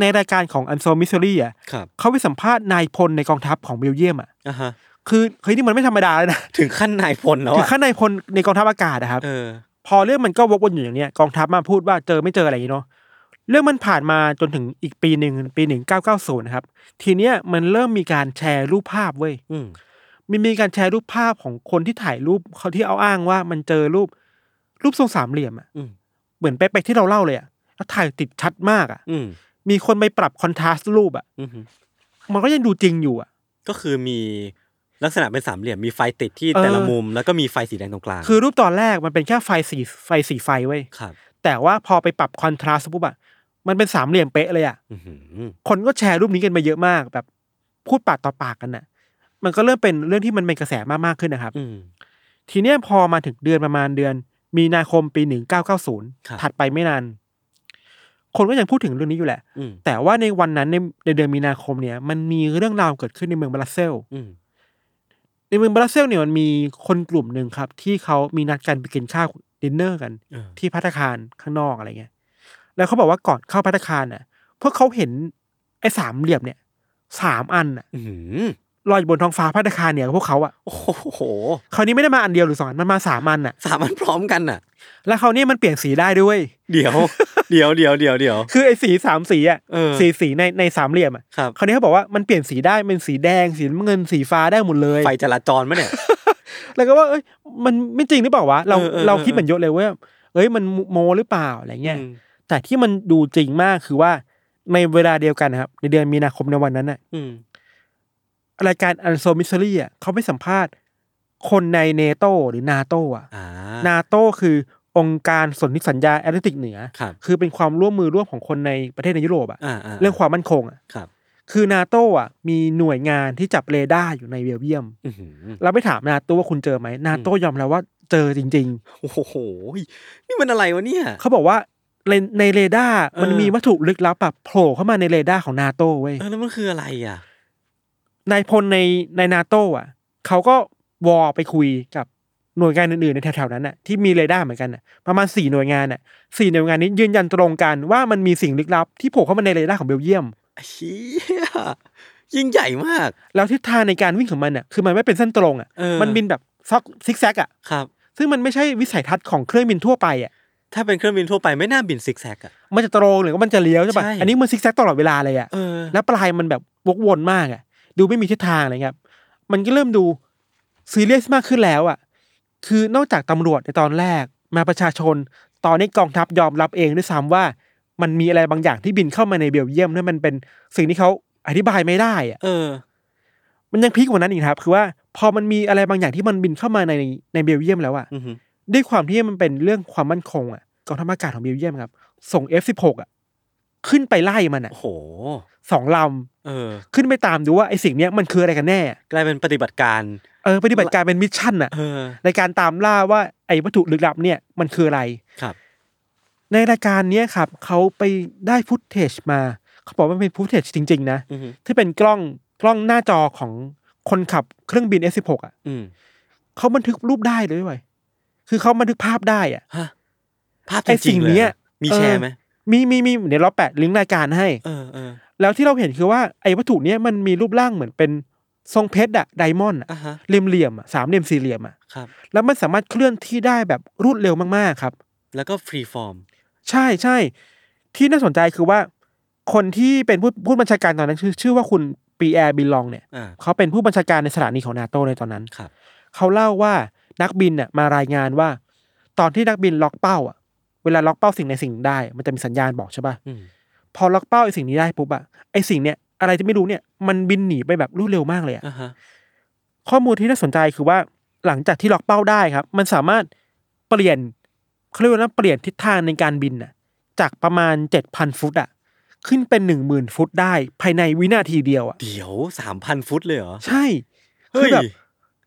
S3: ในรายการของอันโซมิสซรีอะ
S4: ครับ
S3: เขาไปสัมภาษณ์นายพลในกองทัพของเบลเยียมอ่ะ
S4: อ่ะฮะ
S3: คือเฮ้ยนี่มันไม่ธรรมดา
S4: <laughs>
S3: เลยนะ
S4: ถึงขั้นนายพลแล้ว
S3: ถึ
S4: อะ
S3: งขั้นนายพลในกองทัพอากาศนะครับ
S4: เออ
S3: พอเรื่องมันก็วกวนอยู่อย่างเนี้ย กองทัพมาพูดว่าเจอไม่เจออะไรอย่างงี้เนาะ เรื่องมันผ่านมาจนถึงอีกปีหนึ่งปีหนึ่งเก้าเก้าศูนย์นะครับ ทีเนี้ยมันเริ่มมีการแชร์รูปภาพเว้ย
S4: อืม
S3: มันมีการแชร์รูปภาพของคนที่ถ่ายรูปเขาที่เอาอ้างว่ามันเจอรูปรูปทรงสามเหลี่ยมอ่ะ
S4: อืม
S3: เหมือนเป๊ะๆที่เราเล่าเลยอ่ะ แล้วถ่ายติดชัดมากอ่ะ
S4: อืม
S3: มีคนไปปรับคอนทราสต์รูปอ่ะ
S4: อืมฮึ
S3: มันก็ยังดูจริงอยู่อ่ะ
S4: ก็คือมีลักษณะเป็นสามเหลี่ยมมีไฟติดที่
S3: เออ
S4: แต่ละมุม แล้วก็มีไฟสีแดงตรงกลาง
S3: คือรูปตอนแรกมันเป็นแค่ไฟสีไฟสีไฟเว้ย
S4: ครับ
S3: แต่ว่าพอไปปรับคอนทราสต์ปุ๊บอะมันเป็นสามเหลี่ยมเป๊ะเลยอะ
S4: อือหือ
S3: คนก็แชร์รูปนี้กันมาเยอะมากแบบพูดปากต่อปากกันน่ะ มันก็เริ่มเป็นเรื่องที่มันเป็นกระแสมากมากๆขึ้นนะครับ
S4: อืม
S3: ทีเนี้ยพอมาถึงเดือนประมาณเดือน มีนาคมปีหนึ่งเก้าเก้าศูนย์
S4: ครับ
S3: ถัดไปไม่นาน คนก็ยังพูดถึงเรื่องนี้อยู่แหละ
S4: อืม
S3: แต่ว่าในวันนั้นในในเดือนมีนาคมเนี่ย มันมีเรื่องราวเกิดขึ้นในเมืองบรัสเซล
S4: อืม
S3: ในเมืองบรัสเซลเนี่ยมันมีคนกลุ่มหนึ่งครับ ที่เขามีนัดกันไปกินข้าวดินเนอร์กัน
S4: เออ
S3: ที่พัตตาคารข้างนอกอะไรเงี้ย แล้วเขาบอกว่าก่อนเข้าพัตตาคารน่ะ พวกเขาเห็นไอ้สามเหลี่ยมเนี่ยสามอันน่ะ
S4: อือหือ
S3: ลอยอยู่บนท้องฟ้าพัตตาคารเนี่ยพวกเขาอ่ะ
S4: โอ้โห
S3: คราวนี้ไม่ได้มาอันเดียวหรือสองอันมันมาสามอันน่ะ
S4: สามอันพร้อมกันอ่ะ
S3: แล้วคราวนี้มันเปลี่ยนสีได้ด้วย
S4: เดี๋ยว เดี๋ยวเดี๋ยวเดี๋ยวเดี๋ยว
S3: คือไอ้สีสามสีอ่ะ
S4: เออ
S3: สีสีในในสามเหลี่ยมอ่ะ
S4: ครับ
S3: คราวนี้เขาบอกว่ามันเปลี่ยนสีได้เป็นสีแดงสีน้ำเงินสีฟ้าได้หมดเลย
S4: ไฟจราจรมะเนี่ย
S3: แล้วก็ว่าเอ้ยมันไม่จริงหรือเปล่าวะเรา
S4: เออเออเออ
S3: เราคิดเหมือนเยอะเลยเว้ยเอ้ยมันโมหรือเปล่าอะไรเงี้ย
S4: อืม
S3: แต่ที่มันดูจริงมากคือว่าในเวลาเดียวกันนะครับ ในเดือนมีนาคมในวันนั้นน่ะ
S4: อืม
S3: รายการอันโซมิสซรี่อ่ะเขาไปสัมภาษณ์ คนในเนโตหรือนาโตอ่ะ
S4: อ่า
S3: นาโตคือองค์การสนธิสัญญาแอตแลนติกเหนือ
S4: ครับ
S3: คือเป็นความร่วมมือร่วมของคนในประเทศในยุโรปอ่ะ
S4: อ่าา
S3: เรื่องความมั่นคงอ่ะ
S4: ครับ
S3: คือนาโตอ่ะมีหน่วยงานที่จับเรดาร์อยู่ในเบลเยียม
S4: อือหือ
S3: เราไปถามนาโตว่าคุณเจอไหมนาโตยอมแล้วว่าเจอจริง
S4: โอ้โห นี่มันอะไรวะเนี่ย
S3: ๆเขาบอกว่าในในเรดาร์มัน
S4: เออ
S3: มีวัตถุลึกลับแบบโผล่เข้ามาในเรดาร์ของนาโตเว้ย
S4: เออแล้วมันคืออะไรอ่ะ
S3: นายพลในในนาโต้อ่ะเขาก็วอลไปคุยกับหน่วยงานอื่นๆในแถวๆนั้นน่ะที่มีเรดาร์เหมือนกันน่ะประมาณสี่หน่วยงานน่ะสี่หน่วยงานนี้ยืนยันตรงกันว่ามันมีสิ่งลึกลับที่โผล่เข้ามาในเรดาร์ของเบลเยียม
S4: ไอ้เฮียยิ่งใหญ่มาก
S3: แล้วทิศทางในการวิ่งของมันน่ะคือมันไม่เป็นเส้นตรงอ่ะ
S4: เออ
S3: มันบินแบบซอกซิกแซกอ่ะ
S4: ครับ
S3: ซึ่งมันไม่ใช่วิสัยทัศน์ของเครื่องบินทั่วไปอ่ะ
S4: ถ้าเป็นเครื่องบินทั่วไปไม่น่าบินซิกแซกอ่ะ
S3: มันจะตรงหรือว่ามันจะเลี้ยวใช่ปะ
S4: ใช่
S3: อันนี้มันซิกแซกตลอดเวลาเลยอ่ะ
S4: เออ
S3: แล้วปลายมันแบบวกวนมากอะ่ะ ดูไม่มีทิศทางอะไรเงี้ยมันก็เริ่มดูซีเรียสมากขึ้นแล้วอะ่ะ คือนอกจากตำรวจในตอนแรกมาประชาชน ตอนนี้กองทัพยอมรับเองด้วยซ้ำว่า มันมีอะไรบางอย่างที่บินเข้ามาในเบลเยียมนั่นมันเป็นสิ่งที่เขาอธิบายไม่ได้อะ่ะ
S4: เออ
S3: มันยังพีคกว่านั้นอีกครับ คือว่าพอมันมีอะไรบางอย่างที่มันบินเข้ามาในในเบลเยียมแล้วอะ่ะ
S4: อือหือ
S3: ด้วยความที่มันเป็นเรื่องความมั่นคงอะ่ะกองทัพอากาศของเบลเยียมครับ ส่ง F16 อ่ะขึ้นไปไล่มันอ่ะ
S4: โอ้โห
S3: สองลำ
S4: เออ
S3: ขึ้นไปตามดูว่าไอ้สิ่งเนี้ยมันคืออะไรกันแน่
S4: กลายเป็นปฏิบัติการ
S3: เออปฏิบัติการเป็นมิชชั่นอะ
S4: เออ
S3: ในการตามล่าว่าไอ้วัตถุลึกลับเนี่ยมันคืออะไร
S4: ครับ
S3: ในรายการเนี้ยครับเขาไปได้ฟุตเทจมา เขาบอกว่ามันเป็นฟุตเทจจริง ๆ นะ
S4: อือหือ
S3: ที่เป็นกล้องกล้องหน้าจอของคนขับเครื่องบิน F16 อ่ะ
S4: อืม
S3: เขาบันทึกรูปได้เลยเว้ยคือเขาบันทึกภาพได้อ่ะ
S4: ฮะ ภาพจ
S3: ไอ้
S4: ริ
S3: สิ่
S4: งๆ
S3: ง
S4: เลย
S3: เนี้ย
S4: อะมีแชร์
S3: เออ
S4: ไหม
S3: มีมีมีเดี๋ยวเราแปะลิงก์รายการให้
S4: เออเออ
S3: แล้วที่เราเห็นคือว่าไอ้วัตถุเนี้ยมันมีรูปร่างเหมือนเป็นทรงเพชรอะไดมอนด์อะ
S4: อ่ะฮะ
S3: เหลี่ยมเหลี่ยมๆอะสามเหลี่ยมสี่เหลี่ยมอะ
S4: ครับ
S3: แล้วมันสามารถเคลื่อนที่ได้แบบรวดเร็วมากๆครับ
S4: แล้วก็ฟรีฟอร์ม
S3: ใช่ใช่ที่น่าสนใจคือว่า คนที่เป็นผู้ผู้บัญชาการตอนนั้นชื่อชื่อว่าคุณปีแอร์บิลลองเนี่ย
S4: อ่า
S3: เขาเป็นผู้บัญชาการในสถานีของนาโตในตอนนั้น
S4: ครับ
S3: เขาเล่าว่านักบินน่ะมารายงานว่า ตอนที่นักบินล็อกเป้าอ่ะ เวลาล็อกเป้าสิ่งในสิ่งหนึ่งได้ มันจะมีสัญญาณบอกใช่ป่ะ
S4: อืม
S3: พอล็อกเป้าไอ้สิ่งนี้ได้ปุ๊บอ่ะไอ้สิ่งเนี้ยอะไรที่ไม่รู้เนี่ยมันบินหนีไปแบบรวดเร็วมากเลยอ่ะ
S4: อ่าฮะ
S3: ข้อมูลที่น่าสนใจคือว่าหลังจากที่ล็อกเป้าได้ครับ มันสามารถเปลี่ยนเขาเรียกว่าเปลี่ยนทิศทางในการบินน่ะ จากประมาณเจ็ดพันฟุตอ่ะขึ้นเป็นหนึ่งหมื่นฟุตได้ภายในวินาทีเดียวอ่ะ
S4: เดี๋ยวสามพันฟุตเลยเหรอ
S3: ใช่
S4: เฮ้
S3: คื
S4: ย
S3: อแบบ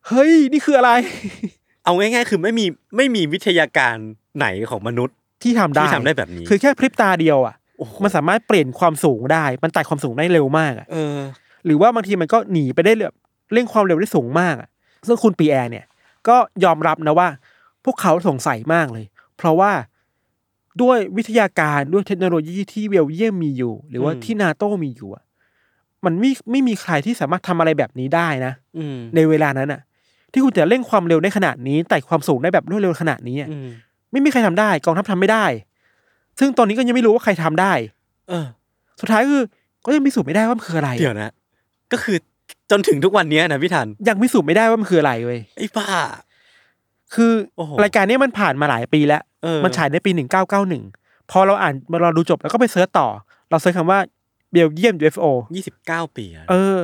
S3: เฮ้ยนี่คืออะไร <laughs>
S4: เอาง่ายๆ คือไม่มีไม่มีวิทยาการไหนของมนุษย์
S3: ที่ทำได้
S4: ที่ทำได้แบบนี้
S3: คือแค่พริบตาเดียวอ่ะ
S4: โอ้โห
S3: มันสามารถเปลี่ยนความสูงได้ มันไต่ความสูงได้เร็วมากอ่ะ
S4: เออ
S3: หรือว่าบางทีมันก็หนีไปได้แบบเร่งความเร็วได้สูงมากอ่ะ ซึ่งคุณปีแอร์เนี่ย ก็ยอมรับนะว่า พวกเขาสงสัยมากเลย เพราะว่าด้วยวิทยาการด้วยเทคโนโลยีที่เวลเยียมมีอยู่ หรือว่า
S4: อืม
S3: ที่นาโตมีอยู่อ่ะ มันไม่ไม่มีใครที่สามารถทำอะไรแบบนี้ได้นะ
S4: อืม
S3: ในเวลานั้นอ่ะ ที่คุณจะเร่งความเร็วได้ขนาดนี้ไต่ความสูงได้แบบรวดเร็วขนาดนี้อะ
S4: อืม
S3: ไม่มีใครทำได้ กองทัพทำไม่ได้ ซึ่งตอนนี้ก็ยังไม่รู้ว่าใครทำได้
S4: เออ
S3: สุดท้ายคือก็ยังพิสูจน์ไม่ได้ว่ามันคืออะไร
S4: เดี๋ยวนะ ก็คือจนถึงทุกวันเนี้ยนะพี่ทัน
S3: ยังพิสูจน์ไม่ได้ว่ามันคืออะไรเว้ย
S4: ไอ้บ้า
S3: คือ
S4: โอ้โห
S3: รายการเนี้ยมันผ่านมาหลายปีแล้ว
S4: เออ
S3: มันฉายในปี 1991 พอเราอ่านเราดูจบแล้วก็ไปเสิร์ชต่อ เราเสิร์ชคำว่าเบลเยียม UFO
S4: ยี่สิบเก้าปีอะ
S3: เออ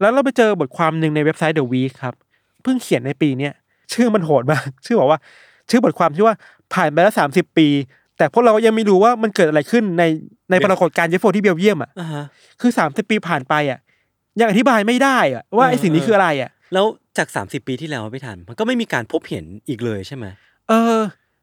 S3: แล้วเราไปเจอบทความหนึ่งในเว็บไซต์ The Week ครับ เพิ่งเขียนในปีเนี้ยชื่อมันโหดมาก <laughs> ชื่อบอกว่า ชื่อบทความที่ว่าผ่านไปแล้วสามสิบปี แต่พวกเรายังไม่รู้ว่ามันเกิดอะไรขึ้นในในปรากฏการณ์ UFO ที่เบลเยียมอ่ะ
S4: อ่าฮะ
S3: คือสามสิบปีผ่านไปอ่ะยังอธิบายไม่ได้อ่ะว่าไอ้
S4: เออ
S3: สิ่งนี้คืออะไรอ่ะ
S4: แล้วจากสามสิบปีที่แล้วอะพี่ทัน มันก็ไม่มีการพบเห็นอีกเลยใช่ไหม
S3: เออ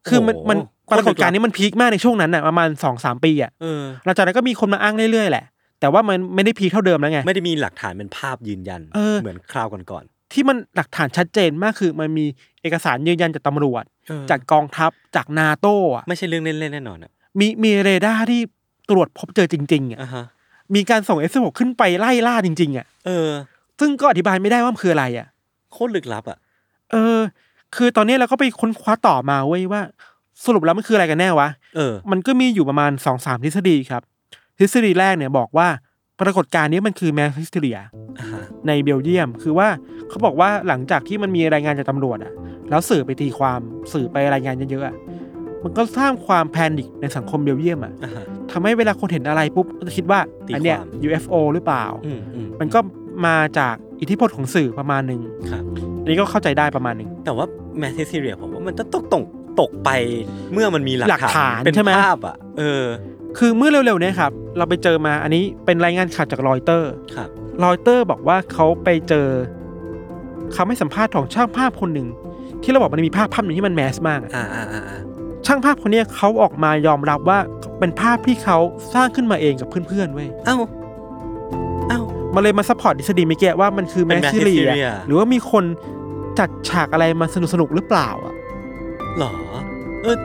S3: คือมัน
S4: โอ้โห
S3: มันปรากฏการณ์นี้มันพีคมากในช่วงนั้นอ่ะประมาณสองสามปีอ่ะ
S4: เออ
S3: หลังจากนั้นก็มีคนมาอ้างเรื่อยๆแหละ แต่ว่ามันไม่ได้พีคเท่าเดิมแล้วไง
S4: ไม่ได้มีหลักฐานเป็นภาพยืนยัน
S3: เออ
S4: มือนคราวก่อน
S3: ที่มันหลักฐานชัดเจนมากคือมันมีเอกสารยืนยันจากตำรวจ
S4: ๆเออ
S3: จากกองทัพจากนาโตอ่ะ
S4: ไม่ใช่เรื่องเล่นๆแน่นอนอะ
S3: มีมีเรดาร์ที่ตรวจพบเจอจริงๆอ่ะ
S4: อ่าฮะ
S3: มีการส่ง F16 ขึ้นไปไล่ล่าจริงๆอ่ะ
S4: เออ
S3: ซึ่งก็อธิบายไม่ได้ว่ามันคืออะไรอ่ะ
S4: โคตรลึกลับอ่ะ
S3: เออ คือตอนนี้เราก็ไปค้นคว้าต่อมาเว้ยว่า สรุปแล้วมันคืออะไรกันแน่วะ
S4: เออ
S3: มันก็มีอยู่ประมาณสองสามทฤษฎีครับ ทฤษฎีแรกเนี่ยบอกว่าปรากฏการณ์นี้มันคือแมสฮิสเทีย
S4: อ่าฮะ
S3: ในเบลเยียม คือว่าเขาบอกว่าหลังจากที่มันมีรายงานจากตำรวจอะแล้วสื่อไปตีความสื่อไปรายงานเยอะๆอะมันก็สร้างความแพนิคในสังคมเบลเยียมอะ
S4: อ่าฮะ
S3: ทำให้เวลาคนเห็นอะไรปุ๊บก็จะคิดว่า
S4: ตีความ
S3: อันเนี้ย UFO หรือเปล่า
S4: อืมอืม
S3: มันก็มาจากอิทธิพลของสื่อประมาณหนึ่ง
S4: ครับ
S3: อันนี้ก็เข้าใจได้ประมาณหนึ่ง
S4: แต่ว่าแมทเทสเรียผมว่ามันต้องตกตกไปเมื่อมันมีหลั
S3: หลักฐาน
S4: เป็น
S3: ใช่ไหม
S4: ภาพอ่ะ เออ
S3: คือเมื่อเร็วๆเนี้ครับเราไปเจอมาอันนี้เป็นรายงานข่าวจากรอยเตอร์
S4: ครับ
S3: รอยเตอร์บอกว่าเขาไปเจอคำให้สัมภาษณ์ของช่างภาพคนหนึ่ง ที่เราบอกมันมีภาพภาพหนึ่งที่มันแมสมากอะ
S4: อ่าอ่าอ่าอ่า
S3: ช่างภาพคนเนี้ยเขาออกมายอมรับว่าเป็นภาพที่เขาสร้างขึ้นมาเองกับเพื่อนๆเว้ย
S4: เอ้า เอ้า
S3: มันเลยมาซัพพอร์ตทฤษฎีเมื่อกี้ว่ามันคือแม
S4: เป็น
S3: ส
S4: mass
S3: ซิเรี
S4: hysteria
S3: ยหรือว่ามีคนจัดฉากอะไรมาสนุกๆหรือเปล่าอ่ะ
S4: หรอ เออ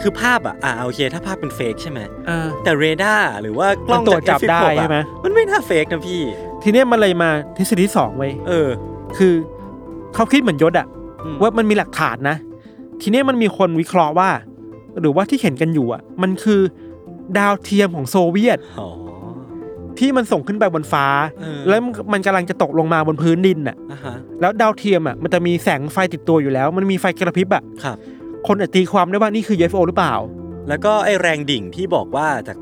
S4: คือภาพอ่ะ อ่าโอเค ถ้าภาพเป็นเฟกใช่ไหม
S3: อ่า
S4: แต่เรดาร์หรือว่ากล้อง
S3: มันตรวจจับ
S4: จาก F16
S3: ได้
S4: อะ
S3: ใช่ไหม
S4: มันไม่น่าเฟกนะพี่
S3: ทีเนี้ยมันเลยมาทฤษฎีที่สองเว้ย
S4: เออ
S3: คือเขาคิดเหมือนยศอ่ะ
S4: อืม
S3: ว่ามันมีหลักฐานนะ ทีเนี้ยมันมีคนวิเคราะห์ว่า หรือว่าที่เห็นกันอยู่อ่ะ มันคือดาวเทียมของโซเวียต
S4: อ๋อ
S3: ที่มันส่งขึ้นไปบนฟ้า
S4: เออ
S3: แล้วมันมันกำลังจะตกลงมาบนพื้นดินน่ะ
S4: อ่ะฮะ
S3: แล้วดาวเทียมอ่ะมันจะมีแสงไฟติดตัวอยู่แล้ว มันมีไฟกระพริบอ่ะ
S4: ครับ
S3: คนอาจตีความได้ว่านี่คือ UFO หรือเปล่า
S4: แล้วก็ไอแรงดิ่งที่บอกว่าจาก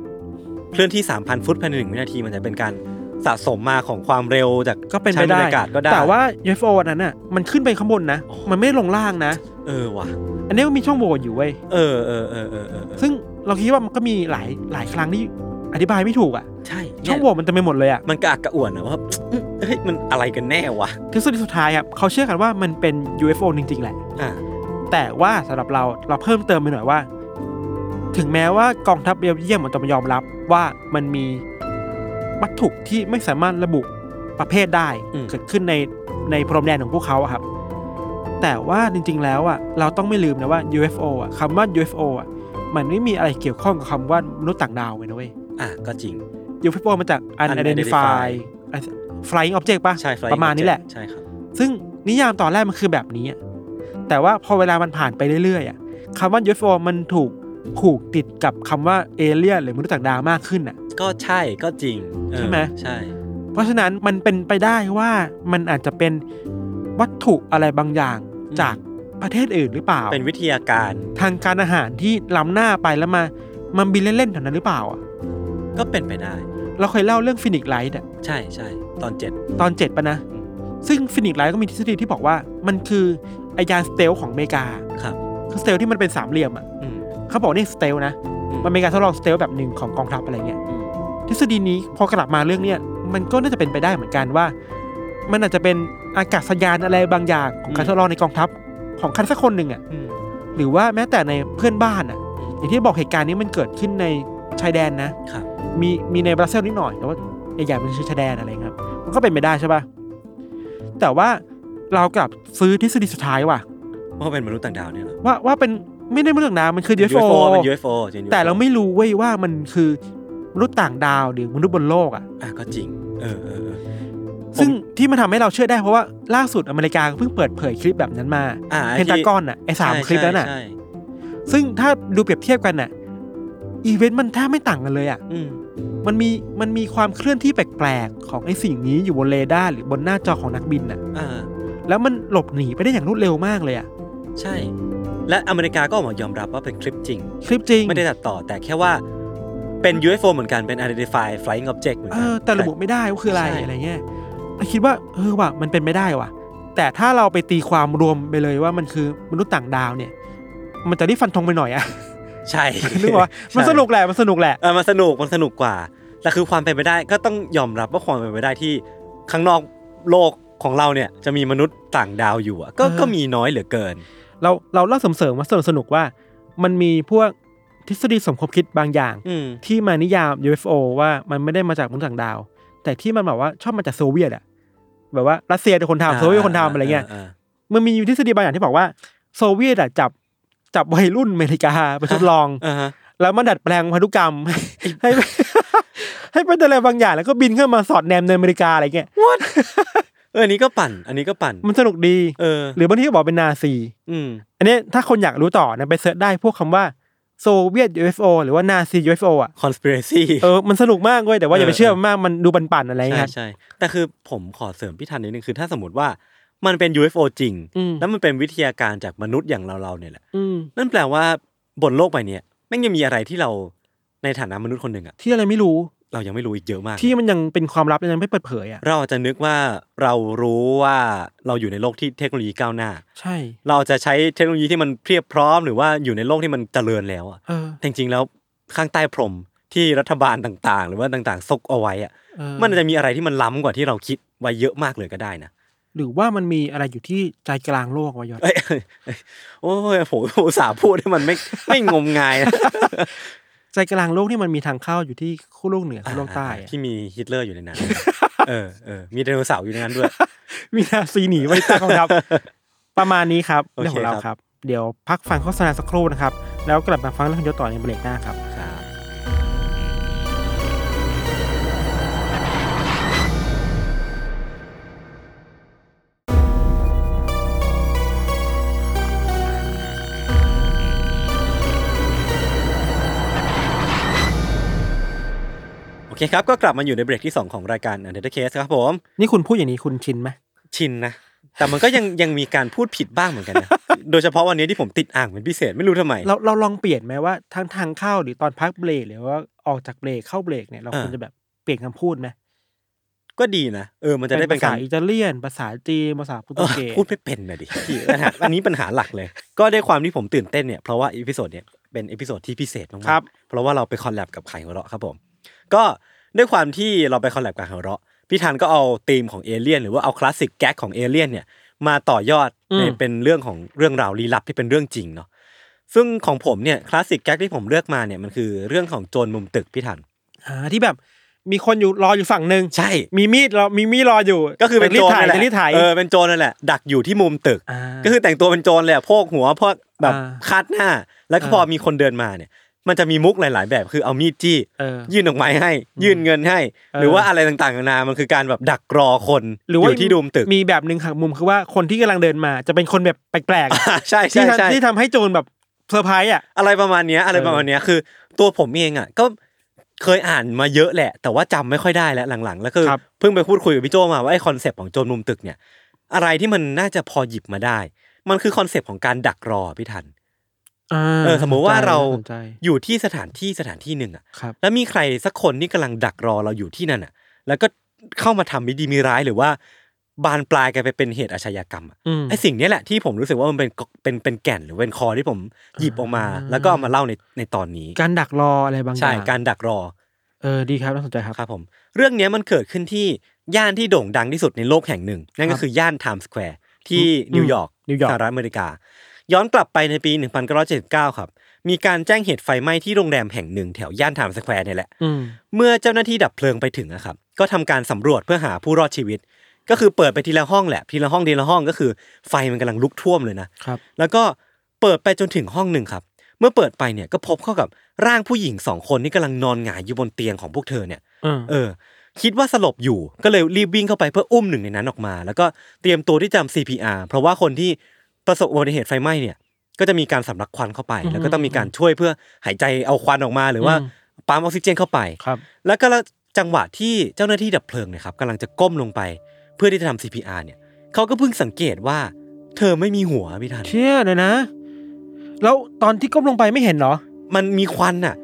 S4: เคลื่อนที่ 3,000 ฟุตภายในหนึ่งวินาทีมันจะเป็นการสะสมมาของความเร็วจาก
S3: ก็เป็นไป
S4: ชั้นบร
S3: ได้
S4: รยากาศก็ได้
S3: แต่ว่า UFO อันนั้นอ่ะมันขึ้นไปข้างบนนะ
S4: โอ้
S3: มันไม่ลงล่างนะ
S4: เออว่ะ
S3: อันนี้มันมีช่องโหว่อยู่เว้ย
S4: เออเออเออเออเออเออ
S3: ซึ่งเราคิดว่ามันก็มีหลายหลายครั้งที่อธิบายไม่ถูกอ่ะ
S4: ใช่
S3: ช่
S4: เนี่
S3: อ
S4: ย
S3: งโหว่มันเต็มไปหมดเลยอ่ะ
S4: มันกระอักกระอ่วนนะว่าอื้อเฮ้ยมันอะไรกันแน่วะ
S3: ทฤษฎีสุดท้ายครับเขาเชื่อกันว่ามันเป็น UFO จริง ๆ แหละ
S4: อ่า
S3: แต่ว่าสำหรับเราเราเพิ่มเติมไปหน่อยว่า ถึงแม้ว่ากองทัพเบลเยียมมันจะมายอมรับว่ามันมีวัตถุที่ไม่สามารถระบุประเภทได้
S4: อืม
S3: เกิดขึ้นในในพรมแดนของพวกเขาอะครับ แต่ว่าจริง ๆ แล้วอ่ะเราต้องไม่ลืมนะว่า UFO อ่ะคำว่า UFO อ่ะมันไม่มีอะไรเกี่ยวข้องกับคำว่ามนุษย์ต่างดาวเลยนะเว้ย
S4: อ่ะก็จริง
S3: UFO มาจาก unidentified
S4: Unidentified
S3: flying object ปะ
S4: ใช่ flying
S3: ประมาณนี้แหละ
S4: object ใช่ครับ
S3: ซึ่งนิยามตอนแรกมันคือแบบนี้อะแต่ว่าพอเวลามันผ่านไปเรื่อยๆอะคำว่า UFO มันถูกผูกติดกับคำว่าเอเลี่ยนหรือมนุษย์ต่างดาวมากขึ้นอ่ะ
S4: ก็ใช่ก็จริงเออ
S3: ใช่ไหม
S4: ใช่
S3: เพราะฉะนั้นมันเป็นไปได้ว่ามันอาจจะเป็น วัตถุอะไรบางอย่างจากประเทศอื่นหรือเปล่า
S4: เป็นวิทยาการ
S3: ทางการอาหารที่ล้ำหน้าไปแล้วมามันบินเล่นๆแถวนั้นหรือเปล่าอ่ะ
S4: ก็เป็นไปได้
S3: เราเคยเล่าเรื่องฟินิกไลท์อะ
S4: ใช่ใช่ตอนเจ็ด
S3: ตอนเจ็ดปะนะ ซึ่งฟินิกไลท์ก็มีทฤษฎีที่บอกว่ามันคือไอยานสเตลของอเมริกา
S4: ครับ
S3: คือสเตลที่มันเป็นสามเหลี่ยมอ่ะ
S4: อืม
S3: เขาบอกนี่สเตลนะ
S4: อื
S3: มันเป็นการทดลองสเตลแบบหนึ่งของกองทัพอะไรเงี้ย
S4: อืม
S3: ทฤษฎีนี้พอกลับมาเรื่องเนี้ยมันก็น่าจะเป็นไปได้เหมือนกันว่า มันอาจจะเป็นอากาศยานอะไรบางอย่างของการทดลองในกองทัพของใครสักคนหนึ่งอ่ะ
S4: อืม
S3: หรือว่าแม้แต่ในเพื่อนบ้านอ่ะ อย่างที่บอกเหตุการณ์นี้มันเกิดขึ้นในชายแดนนะ
S4: ครับ
S3: มีมีในบราซิลนิดหน่อย แต่ว่าใหญ่ๆมันคือชายแดนอะไรครับ มันก็เป็นไปได้ใช่ป่ะ แต่ว่าเรากลับซื้อทฤษฎีสุดท้ายว่ะ
S4: ว่าเป็นมนุษย์ต่างดาวเนี่ยเหรอ
S3: ว่าว่าเป็นไม่ได้มนุษย์ต่างดาวมันคือ UFO
S4: เป็น UFO จริง UFO
S3: แต่เราไม่รู้เว้ยว่ามันคือมนุษย์ต่างดาวหรือมนุษย์บนโลกอ่ะ
S4: อ่ะก็จริง เออเออเออ ผม
S3: ซึ่งที่มันทำให้เราเชื่อได้เพราะว่าล่าสุดอเมริกาเพิ่งเปิดเผยคลิปแบบนั้นมา
S4: อ่ะ
S3: เพนตากอนอ่ะไอ้สาม
S4: ใช่
S3: คลิปนั้นอ่ะ
S4: ใช่ใช่
S3: ซึ่งถ้าดูเปรียบเทียบกันอ่ะ อีเวนต์มันแทบไม่ต่างกันเลยอ่ะ
S4: อืม
S3: มันมีมันมีความเคลื่อนที่แปลกๆ ของไอ้สิ่งนี้อยู่บนเรดาร์หรือบนหน้าจอของนักบินน่ะ
S4: อ่า
S3: แล้วมันหลบหนีไปได้อย่างรวดเร็วมากเลยอะ
S4: ใช่ และอเมริกาก็ออกมายอมรับว่าเป็นคลิปจริง
S3: คลิปจริง
S4: ไม่ได้ตัดต่อแต่แค่ว่าเป็น UFO เหมือนกันเป็น identify flying object เหมือน
S3: เอ
S4: กั
S3: อแต่ระบุไม่ได้ว่าคืออะไรอะไรเงี้ยแต่คิดว่าเออว่ะมันเป็นไม่ได้ว่ะ แต่ถ้าเราไปตีความรวมไปเลยว่ามันคือมนุษย์ต่างดาวเนี่ย มันจะได้ฟันธงไปหน่อยอะ <laughs>
S4: ใช่
S3: นึกว่ามันสนุกแหละมันสนุกแหละ
S4: เออมันสนุกมันสนุกกว่าแต่คือความเป็นไปได้ก็ต้องยอมรับว่าความเป็นไปได้ที่ข้างนอกโลกของเราเนี่ยจะมีมนุษย์ต่างดาวอยู่อะก็
S3: เออ
S4: ก็มีน้อยเหลือเกิน
S3: เราเราเล่าเสริมๆว่าสนุกสนุกๆว่า มันมีพวกทฤษฎีสมคบคิดบางอย่าง
S4: อืม
S3: ที่มานิยาม UFO ว่ามันไม่ได้มาจากมนุษย์ต่างดาว แต่ที่มันแบบว่าชอบมาจากโซเวียตอะแบบว่ารัสเซียเป็นคนทำโซเวียตเป็นคนทำอะไรเงี้ย
S4: าา
S3: มันมีทฤษฎีบางอย่างที่บอกว่าโซเวียตอะจับจับวัยรุ่นอเมริกาไปทดลอง
S4: อ่าฮะ
S3: แล้วมันดัดแปลงพันธุกรรม ให้ให้ให้เป็นอะไรบางอย่างแล้วก็บินเข้ามาสอดแนมในอเมริกาอะไรเงี้ย
S4: เอออันนี้ก็ปั่น อันนี้ก็ปั่น
S3: มันสนุกดี
S4: เออ
S3: หรือบางทีก็บอกเป็นนาซี
S4: อืม
S3: อันนี้ถ้าคนอยากรู้ต่อนะไปเสิร์ชได้พวกคำว่าโซเวียต UFO หรือว่านาซี UFO อ่ะ
S4: conspiracy
S3: <laughs> เออมันสนุกมากเว้ยแต่ว่าอย่าไป
S4: เออ
S3: เชื่อมันมากมันดูปั่นๆอะไรเงี้
S4: ใช่
S3: ย
S4: ใช่ แต่คือผมขอเสริมพี่ทันนิดนึงคือถ้าสมมติว่ามันเป็น UFO จริง
S3: อืม
S4: แล้วมันเป็นวิทยาการจากมนุษย์อย่างเราเราๆเนี่ยแหละ
S3: อืม
S4: นั่นแปลว่าบนโลกใบเนี้ยแม่งยังมีอะไรที่เราในฐานะมนุษย์คนหนึ่งอะ
S3: ที่อะไรไม่รู้
S4: เรายังไม่รู้อีกเยอะมาก
S3: ที่มันยังเป็นความลับยังไม่เปิดเผยอ่ะ
S4: เราอาจจะนึกว่าเรารู้ว่าเราอยู่ในโลกที่เทคโนโลยีก้าวหน้า
S3: ใช่
S4: เราอาจจะใช้เทคโนโลยีที่มันเพียบพร้อมหรือว่าอยู่ในโลกที่มันเจริญแล้วอะ
S3: เออ
S4: แต่จริงๆแล้วข้างใต้พรมที่รัฐบาลต่างๆ หรือว่าต่างๆซกเอาไว้อะ
S3: เออ
S4: มันอาจจะมีอะไรที่มันล้ำกว่าที่เราคิดไว้เยอะมากเลยก็ได้นะ <laughs>
S3: หรือว่ามันมีอะไรอยู่ที่ใจกลางโลกวะยศ
S4: เอ้ยเอ้ยเอ้ยโอ้ยผมผมอุตสาห์พูดให้มันไม่ ไม่งมงายนะ
S3: ใจกลางโลกนี่มันมีทางเข้าอยู่ที่คู่โลกเหนือคู่โลกใต้อะ
S4: ที่มีฮิตเลอร์อยู่ใน
S3: <laughs>
S4: นั้น เออเออมีไดโนเสาร์อยู่ในนั้นด้วย
S3: มีนาซีหนีไว้ใต้กองทัพ <laughs> ประมาณนี้ครับ
S4: โอเค
S3: เรื่องของเรา
S4: ครับ
S3: ครับ เดี๋ยวพักฟังโฆษณาสักครู่นะครับ แล้วกลับมาฟังเรื่องของยศต่อในเบรกหน้าครับ
S4: ครับโอเคครับ ก็กลับมาอยู่ในเบรกที่ 2 ของรายการ u n d e r Case ครับผม
S3: นี่คุณพูดอย่างนี้คุณชินไหม
S4: ชินนะ แต่มันก็ยังยังมีการพูดผิดบ้างเหมือนกันนะ โดยเฉพาะวันนี้ที่ผมติดอ่างเป็นพิเศษไม่รู้ทำไม
S3: เราเราลองเปลี่ยนไหมว่าทั้งทางเข้าหรือตอนพักเบรกหรือว่าออกจากเบรกเข้าเบรกเนี่ยเราควร
S4: อ่า
S3: จะแบบเปลี่ยนคำพูดไหม
S4: ก็ดีนะ เออ มันจะได้เป็น
S3: ภา
S4: การ
S3: ษาอิตาเลียน ภาษาจีนภาษาโปร
S4: เอ
S3: ตุ
S4: อ
S3: เกส
S4: พูดไม่เป็นนะดิพี่ปัญหาอันนี้ปัญหาหลักเลย ก็ด้วยความที่ผมตื่นเต้นเนี่ย เพราะว่าอีพิโซดเนี่ยเป็นอีพิโซดที่พิเศษมา
S3: ครั
S4: ก
S3: บ
S4: ๆเพราะว่าเราไปคอลแลบกับไข่หัวเราะครับผม ก็ด้วยความที่เราไปคอลแลบกับไข่หัวเราะพี่ธันก็เอาธีมของเอเลี่ยนหรือว่าเอาคลาสสิกแก๊กของเอเลี่ยนเนี่ยมาต่อยอดในเป็นเรื่องของเรื่องราวลี้ลับที่เป็นเรื่องจริงเนาะซึ่งของผมเนี่ยคลาสสิกแก๊กที่ผมเลือกมาเนี่ยมันคือเรื่องของโจรมุมตึกพี่ธัน
S3: อ่าที่แบบมีคนอยู่รออยู่ฝั่งหนึ่ง
S4: ใช่
S3: มีมีดรอมีมีดรออยู่
S4: ก็คือเป็น
S3: รี
S4: โจ
S3: ด
S4: ร
S3: ไถ่าย
S4: นั่นแหละ
S3: รีดไถ่าย
S4: เออเป็นโจรนั่นแหละ ดักอยู่ที่มุมตึก
S3: า
S4: ก็คือแต่งตัวเป็นโจรเลยอะโพกหัวพวกแบบ
S3: อ่า
S4: คาดหน้า แล้วก็พอมีคนเดินมาเนี่ย มันจะมีมุกหลาย ๆ แบบคือเอามีดจี้
S3: เออ
S4: ยื่นดอกไม้ให้ ยื่นเงินให้
S3: เออ
S4: หรือว่าอะไรต่างๆนานามันคือการแบบดักรอคน
S3: หรือว่า
S4: ยู่ที่ดูมตึก
S3: มีแบบหนึ่งหักมุมคือว่าคนที่กำลังเดินมาจะเป็นคนแบบแปลกๆ
S4: ใช่
S3: ที่
S4: ใช่
S3: ทำ
S4: ใช่
S3: ที่ทำให้โจรแบบเซอร์ไพรส์อ่ะ
S4: อะไรประมาณเนี้ยอะไร
S3: เออ
S4: ประมาณเนี้ยคือ ตัวผมเองอ่ะก็เคยอ่านมาเยอะแหละ แต่ว่าจำไม่ค่อยได้แล้วหลังๆ แล้วคือเพิ่งไปพูดคุยกับพี่โจมาว่าไอ้คอนเซปต์ของโจรมุมตึกเนี่ย อะไรที่มันน่าจะพอหยิบมาได้ มันคือคอนเซปต์ของการดักรอพี่ทัน
S3: อ่า
S4: เออสมมุติว่าเรา
S3: สนใจ
S4: อยู่ที่สถานที่สถานที่หนึ่งอะ
S3: ครับ
S4: แล้วมีใครสักคนที่กำลังดักรอเราอยู่ที่นั่นอะแล้วก็เข้ามาทำไม่ดีมีร้ายหรือว่า บานปลายกลายไปเป็นเหตุอาชญากรรมอะ
S3: อืม
S4: ไอสิ่งเนี้ยแหละที่ผมรู้สึกว่ามันเป็นกเป็นเป็นแก่นหรือเป็นคอที่ผมหยิบออกมา
S3: อ่า
S4: แล้วก็เอามาเล่าในในตอนนี้
S3: การดักรออะไรบางอย่าง
S4: ใช่การดักรอ
S3: เออดีครับน่าสนใจครับ
S4: ครับผมเรื่องเนี้ยมันเกิดขึ้นที่ย่านที่โด่งดังที่สุดในโลกแห่งหนึ่ง นั่นก็คือย่านไทม์สแควร์ที่
S3: อืม
S4: นิวยอร์ก
S3: นิวยอร์ก
S4: สหรัฐอเมริกา ย้อนกลับไปในปี 1979 ครับ มีการแจ้งเหตุไฟไหม้ที่โรงแรมแห่งหนึ่งแถวย่านไทม์สแควร์เนี่ยแหละ
S3: อืม
S4: เมื่อเจ้าหน้าที่ดับเพลิงไปถึงนะครับ ก็ทำการสำรวจเพื่อหาผู้รอดชีวิต ก็คือเปิดไปทีละห้องแหละ ทีละห้องทีละห้องก็คือไฟมันกำลังลุกท่วมเลยนะ
S3: ครับ
S4: แล้วก็เปิดไปจนถึงห้องหนึ่งครับ เมื่อเปิดไปเนี่ยก็พบเข้ากับร่างผู้หญิงสองคนที่กำลังนอนหงายอยู่บนเตียงของพวกเธอเนี่ย
S3: เออ
S4: เออคิดว่าสลบอยู่ก็เลยรีบวิ่งเข้าไปเพื่ออุ้มหนึ่งในนั้นออกมา แล้วก็เตรียมตัวที่จะทำ CPR เพราะว่าคนที่ประสบอุบัติเหตุไฟไหม้เนี่ย ก็จะมีการสำลักควันเข้าไป แล้วก็ต้องมีการช่วยเพื่อหายใจเอาควันออกมา หรือว่าปั๊มออกซิเจนเข้าไป
S3: ครับ
S4: แล้วก็จังหวะที่เจ้าหน้าที่ดับเพลิงเนะครับกำลังจะก้มลงไปเพื่อที่จะทำ CPR เนี่ยเขาก็เพิ่งสังเกตว่า เธอไม่มีหัวพี่ทัน
S3: เชี่ยเลยนะ แล้วตอนที่ก้มลงไปไม่เห็นเหรอ
S4: มันมีควันอ่ะ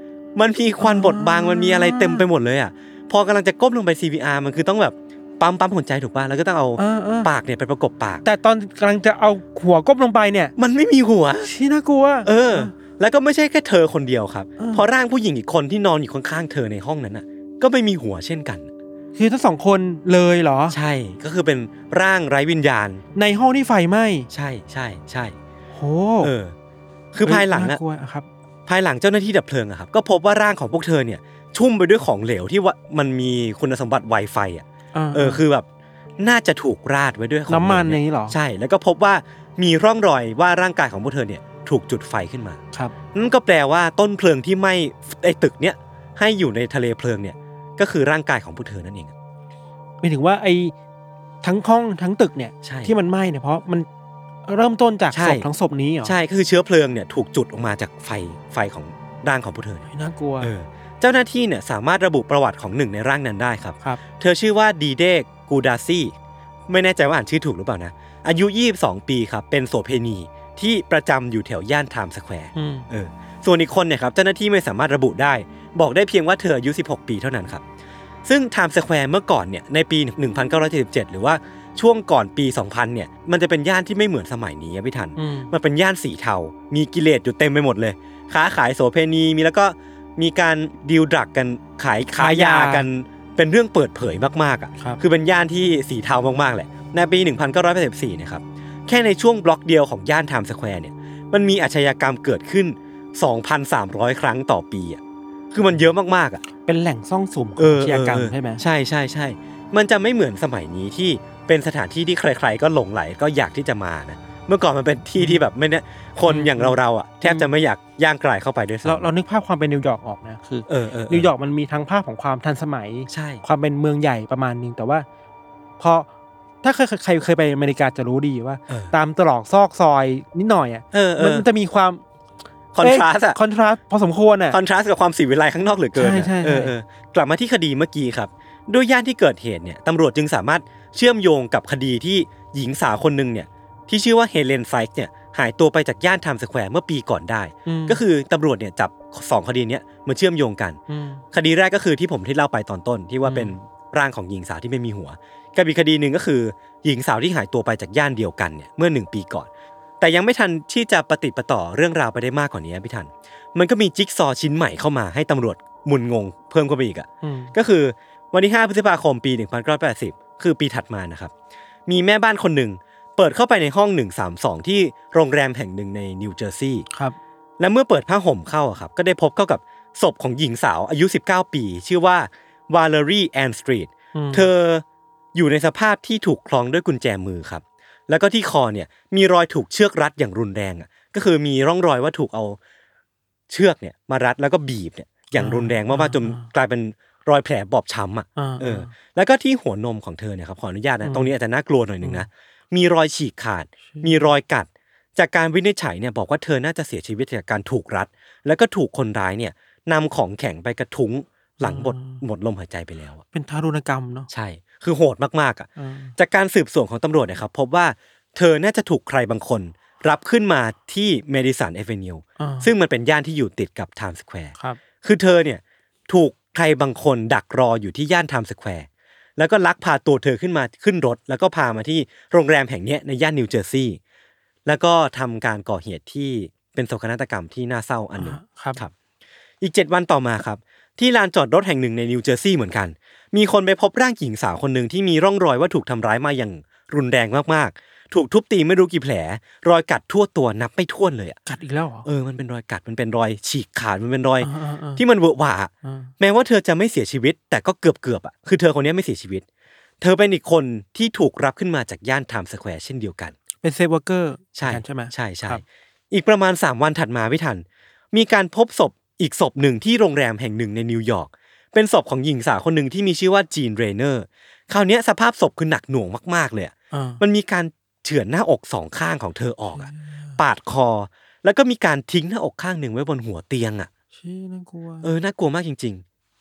S4: มันมีควันบดบังมันมีอะไรเต็มไปหมดเลยอ่ะพอกำลังจะก้มลงไป CPR มันคือต้องแบบปั๊มปั๊มหัวใจถูกป่ะแล้วก็ต้องเอา
S3: เออเออ
S4: ปากเนี่ยไปประกบปาก
S3: แต่ตอนกำลังจะเอาหัวก้มลงไปเนี่ย
S4: มันไม่มีหัว
S3: ชี้ยน่ากลัว
S4: เออ แล้วก็ไม่ใช่แค่เธอคนเดียวครับ
S3: เออ
S4: เพราะร่างผู้หญิงอีกคนที่นอนอยู่ข้างๆเธอในห้องนั้นน่ะ ก็ไม่มีหัวเช่นกัน
S3: คือทั้งสองคนเลยเหรอ
S4: ใช่ ก็คือเป็นร่างไร้วิญญาณ
S3: ในห้องที่ไฟไหม้
S4: ใช่ใช่ใช่
S3: โห
S4: เออ คือภายหลัง
S3: น่
S4: อะ
S3: กลัวครับ
S4: ภายหลังเจ้าหน้าที่ดับเพลิงอะครับ ก็พบว่าร่างของพวกเธอเนี่ย ชุ่มไปด้วยของเหลวที่ว่ามันมีคุณสมบัติไวไฟอะเออ คือแบบน่าจะถูกราดไว้ด้วยของเหลว
S3: น้ำมันอย่างนี้เหรอ
S4: ใช่ แล้วก็พบว่ามีร่องรอยว่าร่างกายของพวกเธอเนี่ยถูกจุดไฟขึ้นมา
S3: ครับ
S4: นั่นก็แปลว่าต้นเพลิงที่ไหม้ไอตึกเนี่ยให้อยู่ในทะเลเพลิงเนี่ยก็คือร่างกายของผู้เธอนั่นเองอะ
S3: ไม่ถึงว่าไอ้ทั้งห้องทั้งตึกเนี่ย
S4: ใช่
S3: ที่มันไหม้เนี่ยเพราะมันเริ่มต้นจาก
S4: ใช่
S3: ศพทั้งศพนี้เหรอ
S4: ใช่ก็คือเชื้อเพลิงเนี่ยถูกจุดออกมาจากไฟไฟของร่างของผู้เธอเนี่ย
S3: เฮ้ยน่ากลัว
S4: เออเจ้าหน้าที่เนี่ยสามารถระบุประวัติของหนึ่งในร่างนั้นได้ครับ
S3: ครับ
S4: เธอชื่อว่าดีเดกกูดาซี่ไม่แน่ใจว่าอ่านชื่อถูกหรือเปล่านะ อายุ 22 ปีครับเป็นโสเพณีที่ประจำอยู่แถวย่านไทม์สแควร์
S3: อืม
S4: เออส่วนอีกคนเนี่ยครับเจ้าหน้าที่ไม่สามารถระบุได้ บอกได้เพียงว่าเธออายุ 16 ปีเท่านั้นครับ ซึ่งไทม์สแควร์เมื่อก่อนเนี่ยในปี 1977 หรือว่าช่วงก่อนปี 2000 เนี่ยมันจะเป็นย่านที่ไม่เหมือนสมัยนี้อะพี่ทัน
S3: อืม
S4: มันเป็นย่านสีเทา มีกิเลสอยู่เต็มไปหมดเลย ค้าขายโสเพณีมีแล้วก็มีการดีลดรักกันขายขายยากันเป็นเรื่องเปิดเผยมากๆอ่ะ
S3: ครับ
S4: คือเป็นย่านที่สีเทามากๆแหละ ในปี 1984นะครับ แค่ในช่วงบล็อกเดียวของย่านไทม์สแควร์เนี่ย มันมีอาชญากรรมเกิดขึ้น 2,300 ครั้งต่อปีอ่ะ คือมันเยอะมากๆอ่ะ
S3: เป็นแหล่งซ่องสุมขอ
S4: เอง อ
S3: อาชญากรรม
S4: เออเออ
S3: ใช่ไหม
S4: ใช่ใช่ใช่ มันจะไม่เหมือนสมัยนี้ที่เป็นสถานที่ที่ใคร ๆ ก็หลงไหลก็อยากที่จะมานะเมื่อก่อนมันเป็นที่ที่แบบไม่เนี่ยคนอย่างเราเราๆอ่ะแทบจะไม่อยากย่างกลายเข้าไปด้วยซ้ำ
S3: เราเรานึกภาพความเป็นนิวยอร์กออกนะคือ
S4: เออเออเ
S3: นิวยอร์กมันมีทั้งภาพของความทันสมัย
S4: ใช่
S3: ความเป็นเมืองใหญ่ประมาณหนึงแต่ว่า พอถ้าใครใครเคยไปอเมริกาจะรู้ดีว่า
S4: เออ
S3: ตามตรอกซอกซอยนิดหน่อยอ่ะ
S4: เออเอ
S3: มัน
S4: อ
S3: มันจะมีความ
S4: คอนทราสอะ
S3: คอนทราสพอสมควรอ่ะ
S4: คอนทราสต์กับความสีวิไลข้างนอกเหลือเกินอะ
S3: ใช่ใช่ใช่
S4: เออเออกลับมาที่คดีเมื่อกี้ครับ ด้วยย่านที่เกิดเหตุเนี่ยตำรวจจึงสามารถเชื่อมโยงกับคดีที่หญิงสาวคนหนึ่งเนี่ยที่ชื่อว่าเฮเลนไซค์เนี่ยหายตัวไปจากย่านไทม์สแควร์เมื่อปีก่อนได้
S3: ม
S4: ก็คือตำรวจเนี่ยจับสองคดีเนี้ยมาเชื่อมโยงกัน
S3: ม
S4: คดีแรกก็คือที่ผมที่เล่าไปตอนต้นที่ว่า
S3: อืม
S4: เป็นร่างของหญิงสาวที่ไม่มีหัวกับอีกคดีหนึ่งก็คือ หญิงสาวที่หายตัวไปจากย่านเดียวกันเนี่ยเมื่อหนึ่งปีก่อน แต่ยังไม่ทันที่จะปฏิดประต่อเรื่องราวไปได้มากกว่านี้พี่ทัน มันก็มีจิ๊กซอว์ชิ้นใหม่เข้ามาให้ตำรวจหมุนงงเพิ่มเข้าไปอีกอะ
S3: อืม
S4: ก็คือวันที่ 5 พฤษภาคมปี 1980 คือปีถัดมานะครับ มีแม่บ้านคนหนึ่งเปิดเข้าไปในห้อง 132 ที่โรงแรมแห่งหนึ่งในนิวเจอร์ซีย์
S3: ครับ
S4: และเมื่อเปิดผ้าห่มเข้าอะครับ ก็ได้พบเข้ากับศพของหญิงสาวอายุ 19 ปี ชื่อว่าวาเลรีแอนสตรีท
S3: อืม
S4: เธออยู่ในสภาพที่ถูกคล้องด้วยกุญแจมือครับ แล้วก็ที่คอเนี่ยมีรอยถูกเชือกรัดอย่างรุนแรงอะก็คือมีร่องรอยว่าถูกเอาเชือกเนี่ยมารัดแล้วก็บีบเนี่ยอย่างรุนแรงมากๆจนกลายเป็นรอยแผลบอบช้ำอ่ะ
S3: อ่า
S4: เออแล้วก็ที่หัวนมของเธอเนี่ยครับขออนุญาตนะ ตรงนี้อาจจะน่ากลัวหน่อยหนึ่งนะ มีรอยฉีกขาด มีรอยกัด จากการวินิจฉัยเนี่ยบอกว่าเธอน่าจะเสียชีวิตจากการถูกรัด แล้วก็ถูกคนร้ายเนี่ยนำของแข็งไปกระทุ้งหลังหมด
S3: อืม
S4: หมดลมหายใจไปแล้วอะ
S3: เป็นทารุณกรรมเนาะ
S4: ใช่ คือโหดมากๆอ่ะ
S3: อ่า
S4: จากการสืบสวนของตำรวจเนี่ยครับพบว่าเธอน่าจะถูกใครบางคน รับขึ้นมาที่เมดิสันเอเวนิว
S3: อ่า
S4: ซึ่งมันเป็นย่านที่อยู่ติดกับไทม์สแควร์
S3: ครับ
S4: คือเธอเนี่ยถูกใครบางคนดักรออยู่ที่ย่านไทม์สแควร์แล้วก็ลักพาตัวเธอขึ้นมาขึ้นรถ แล้วก็พามาที่โรงแรมแห่งเนี้ยในย่านนิวเจอร์ซีย์แล้วก็ทำการก่อเหตุที่เป็นโศกนาฏกรรมที่น่าเศร้าอันหนึ่ง
S3: ครับ
S4: ครับ อีกเจ็ดวันต่อมาครับ ที่ลานจอดรถแห่งหนึ่งในนิวเจอร์ซีย์เหมือนกัน มีคนไปพบร่างหญิงสาวคนหนึ่งที่มีร่องรอยว่าถูกทำร้ายมาอย่างรุนแรงมากๆ ถูกทุบตีไม่รู้กี่แผล รอยกัดทั่วตัวนับไม่ถ้วนเลยอะ
S3: กัดอีกแล้วเหรอ
S4: เออมันเป็นรอยกัดมันเป็นรอยฉีกขาดมันเป็นรอย
S3: าอ่าอ่า
S4: ที่มันเวอะหวา
S3: อ่า
S4: แม้ว่าเธอจะไม่เสียชีวิต แต่ก็เกือบเกือบๆอ่ะคือเธอคนนี้ไม่เสียชีวิต เธอเป็นอีกคนที่ถูกรับขึ้นมาจากย่านไทม์สแควร์เช่นเดียวกัน
S3: เป็นเซฟเวอร์เกอร์
S4: ใช่
S3: ใช่ไหม
S4: ใช่ใช่
S3: ครับ
S4: อีกประมาณ 3 วันถัดมาไม่ทัน มีการพบศพอีกศพหนึ่งที่โรงแรมแห่งหนึ่งในนิวยอร์กเป็นศพของหญิงสาวคนหนึ่งที่มีชื่อว่าจีนเรเนอร์คราวเนี้ยสภาพศพคือหนักหน่วงมากๆเลยอะ
S3: อ่า
S4: มันมีการเฉือนหน้าอกสองข้างของเธอออกอะปาดคอ แล้วก็มีการทิ้งหน้าอกข้างหนึ่งไว้บนหัวเตียงอะ
S3: ชี้น่ากลัว
S4: เออ น่ากลัวมากจริง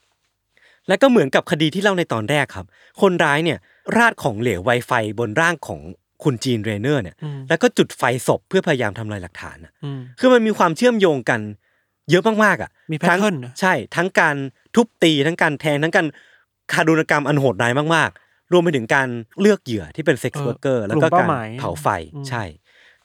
S4: ๆ และก็เหมือนกับคดีที่เล่าในตอนแรกครับ คนร้ายเนี่ย ราดของเหลวไวไฟบนร่างของคุณจีนเรเนอร์เนี่ย
S3: ม
S4: แล้วก็จุดไฟศพเพื่อพยายามทำลายหลักฐานน่ะ
S3: อืม
S4: คือมันมีความเชื่อมโยงกันเยอะมากๆอ่ะ
S3: มี pattern
S4: ทั้ง
S3: นะ
S4: ใช่ ทั้งการทุบตีทั้งการแทงทั้งการคารุณกรรมอันโหดร้ายมากๆ รวมไปถึงการเลือกเหยื่อที่เป็นเซ็กซ์เวิร์กเกอร์แล้วก็
S3: ก
S4: การ
S3: ลุ่มเป้าหมาย
S4: เผาไฟ
S3: อืม
S4: ใช่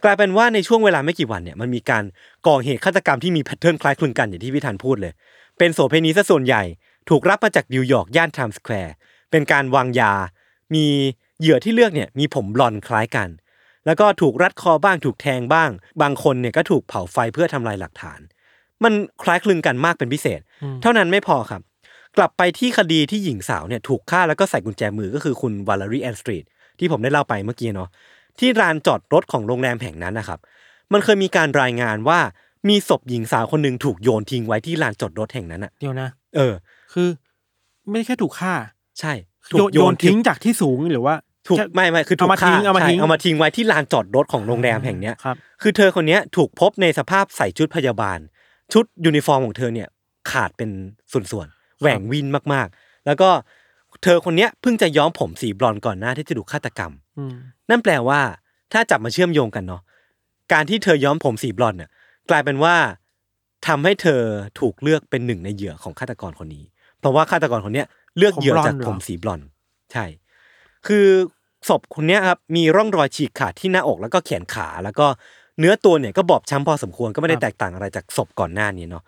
S4: กลายเป็นว่าในช่วงเวลาไม่กี่วันเนี่ยมันมีการก่อเหตุฆาตกรรมที่มีแพทเทิร์นคล้ายคลึงกันอย่างที่พี่ธันพูดเลย เป็นโสเภณีซะส่วนใหญ่ ถูกรับมาจากนิวยอร์กย่านไทม์สแควร์เป็นการวางยา มีเหยื่อที่เลือกเนี่ยมีผมบลอนด์คล้ายกัน แล้วก็ถูกรัดคอบ้างถูกแทงบ้าง บางคนเนี่ยก็ถูกเผาไฟเพื่อทำลายหลักฐาน มันคล้ายคลึงกันมากเป็นพิเศษ
S3: อืม
S4: เท่านั้นไม่พอครับ กลับไปที่คดีที่หญิงสาวเนี่ยถูกฆ่าแล้วก็ใส่กุญแจมือก็คือคุณวาลารีแอนสตรีทที่ผมได้เล่าไปเมื่อกี้เนาะที่ลานจอดรถของโรงแรมแห่งนั้นนะครับ มันเคยมีการรายงานว่ามีศพหญิงสาวคนหนึ่งถูกโยนทิ้งไว้ที่ลานจอดรถแห่งนั้นอะ
S3: เดี๋ยวนะ
S4: เออ
S3: คือ ไม่ได้แค่ถูกฆ่า
S4: ใช่
S3: โยนโยนทิ้งจากที่สูงหรือว่า
S4: ถูก
S3: จะ
S4: ไม่ไม่คือถูก
S3: เอามาทิ้ง
S4: ฆ่
S3: เอามา
S4: ใช่
S3: ทิ้ง
S4: เอามาทิ้งไว้ที่ลานจอดรถของโรงแรมแห่งเนี้ย
S3: ครับ
S4: คือเธอคนเนี้ยถูกพบในสภาพใส่ชุดพยาบาล ชุดยูนิฟอร์มของเธอเนี่ยขาดเป็นส่วนๆแหว่งวินมากๆ แล้วก็เธอคนเนี้ยเพิ่งจะย้อมผมสีบลอนด์ก่อนหน้าที่จะถูกฆาตกรรม
S3: อืม
S4: นั่นแปลว่า ถ้าจับมาเชื่อมโยงกันเนาะการที่เธอย้อมผมสีบลอนด์เนี่ยกลายเป็นว่าทำให้เธอถูกเลือกเป็นหนึ่งในเหยื่อของฆาตกรคนนี้ เพราะว่าฆาตกรคนเนี้ยเลือกเหยื่อจากผมสีบลอนด์ใช่ คือศพคนเนี้ยครับมีร่องรอยฉีกขาดที่หน้าอกแล้วก็แขนขา แล้วก็เนื้อตัวเนี่ยก็บอบช้ำพอสมควรก็ไม่ได้แตกต่างอะไรจากศพก่อนหน้านี้เนาะ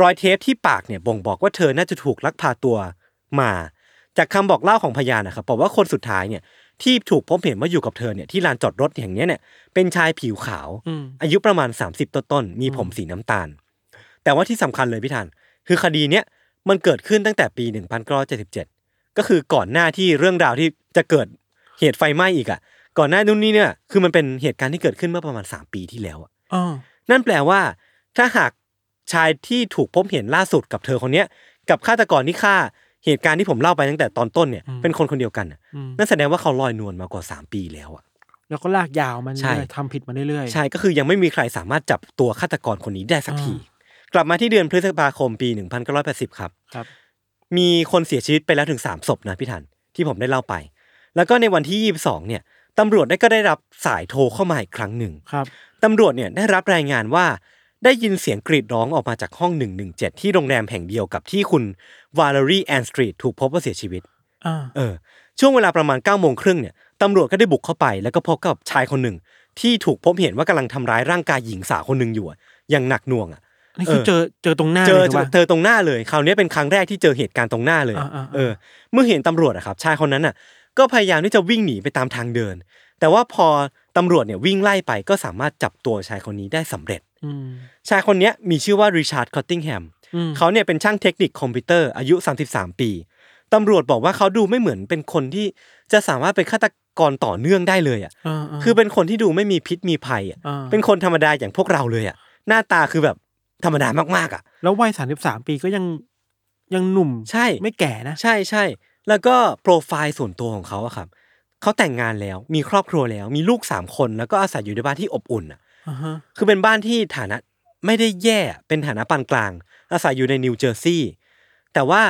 S4: รอยเทปที่ปากเนี่ยบ่งบอกว่าเธอน่าจะถูกลักพาตัวมา จากคำบอกเล่าของพยานนะครับบอกว่าคนสุดท้ายเนี่ยที่ถูกพบเห็นว่าอยู่กับเธอเนี่ยที่ลานจอดรถแห่งเนี้ยเนี่ยเป็นชายผิวขาว
S3: อืม
S4: อายุประมาณ 30 ต้นต้นๆมีผมสีน้ำตาล แต่ว่าที่สำคัญเลยพี่ทัน คือคดีเนี้ยมันเกิดขึ้นตั้งแต่ปี 1977 ก็คือก่อนหน้าที่เรื่องราวที่จะเกิดเหตุไฟไหม้อีกอ่ะ ก่อนหน้านู้นนี่เนี่ยคือมันเป็นเหตุการณ์ที่เกิดขึ้นเมื่อประมาณ 3 ปีที่แล้วอะ
S3: อ๋อ
S4: นั่นแปลว่า ถ้าหากชายที่ถูกพบเห็นล่าสุดกับเธอคนเนี้ยกับฆาตกรที่ฆ่าเหตุการณ์ที่ผมเล่าไปตั้งแต่ตอนต้นเนี่ยเป็นคนคนเดียวกันน่ะ
S3: อืม
S4: นั่นแสดงว่าเขาลอยนวลมากว่า 3 ปีแล้วอ่ะ
S3: แล้วก็ลากยาวมัน
S4: ใช่
S3: เรื่อยๆทำผิดมาเรื่อยๆ
S4: ใช่ก็คือยังไม่มีใครสามารถจับตัวฆาตกรคนนี้ได้สักที กลับมาที่เดือนพฤษภาคมปี 1980 ครับ
S3: ครับ
S4: มีคนเสียชีวิตไปแล้วถึง 3 ศพนะพี่ทันที่ผมได้เล่าไป แล้วก็ในวันที่ 22 เนี่ยตำรวจได้ก็ได้รับสายโทรเข้ามาอีกครั้งหนึ่ง
S3: ครับ
S4: ตำรวจเนี่ยได้รับรายงานว่าได้ยินเสียงกรีดร้องออกมาจากห้อง 117 ที่โรงแรมแห่งเดียวกับที่คุณวาเลรีแอนสตรีทถูกพบว่าเสียชีวิต
S3: อ่า
S4: เออช่วงเวลาประมาณ9ก้าโมงครึ่งเนี่ยตำรวจก็ได้บุกเข้าไปแล้วก็พบกับชายคนหนึ่ง ที่ถูกพบเห็นว่ากำลังทำร้ายร่างกายหญิงสาวคนหนึ่งอยู่อะอย่างหนักหน่วงอ่ะ
S3: นี่คื
S4: เอ
S3: อ
S4: อ
S3: เจอเจอตรงหน้า
S4: เจอ
S3: ลยถูกปะ
S4: เจอตรงหน้าเลยคราวนี้เป็นครั้งแรกที่เจอเหตุการณ์ตรงหน้าเลยอะ
S3: อ่าๆๆ
S4: เออ เมื่อเห็นตำรวจอะครับชายคนนั้นอ่ะ ก็พยายามที่จะวิ่งหนีไปตามทางเดิน แต่ว่าพอตำรวจเนี่ยวิ่งไล่ไปก็สามารถจับตัวชายคนนี้ได้สำเร็จ
S3: อืม
S4: ชายคนเนี้ยมีชื่อว่าริชาร์ดคอตติงแฮม
S3: อืม
S4: เขาเนี่ยเป็นช่างเทคนิคคอมพิวเตอร์อายุ 33 ปี ตำรวจบอกว่าเขาดูไม่เหมือนเป็นคนที่จะสามารถเป็นฆาตกรต่อเนื่องได้เลยอ่ะ
S3: อ่าๆ
S4: คือเป็นคนที่ดูไม่มีพิษมีภัยอ่ะ
S3: อ่า
S4: เป็นคนธรรมดาอย่างพวกเราเลยอ่ะ หน้าตาคือแบบธรรมดามากๆอ่ะ
S3: แล้ววัยสามสิบสามปีก็ยังยังหนุ่ม
S4: ใช่
S3: ไม่แก่นะ
S4: ใช่ใช่ แล้วก็โปรไฟล์ส่วนตัวของเขาอะครับ เขาแต่งงานแล้ว มีครอบครัวแล้ว มีลูกสามคน แล้วก็อาศัยอยู่ในบ้านที่อบอุ่นอ่ะ
S3: อ่าฮะ
S4: คือเป็นบ้านที่ฐานะไม่ได้แย่เป็นฐานะปานกลาง อาศัยอยู่ในนิวเจอร์ซีย์แต่ว่า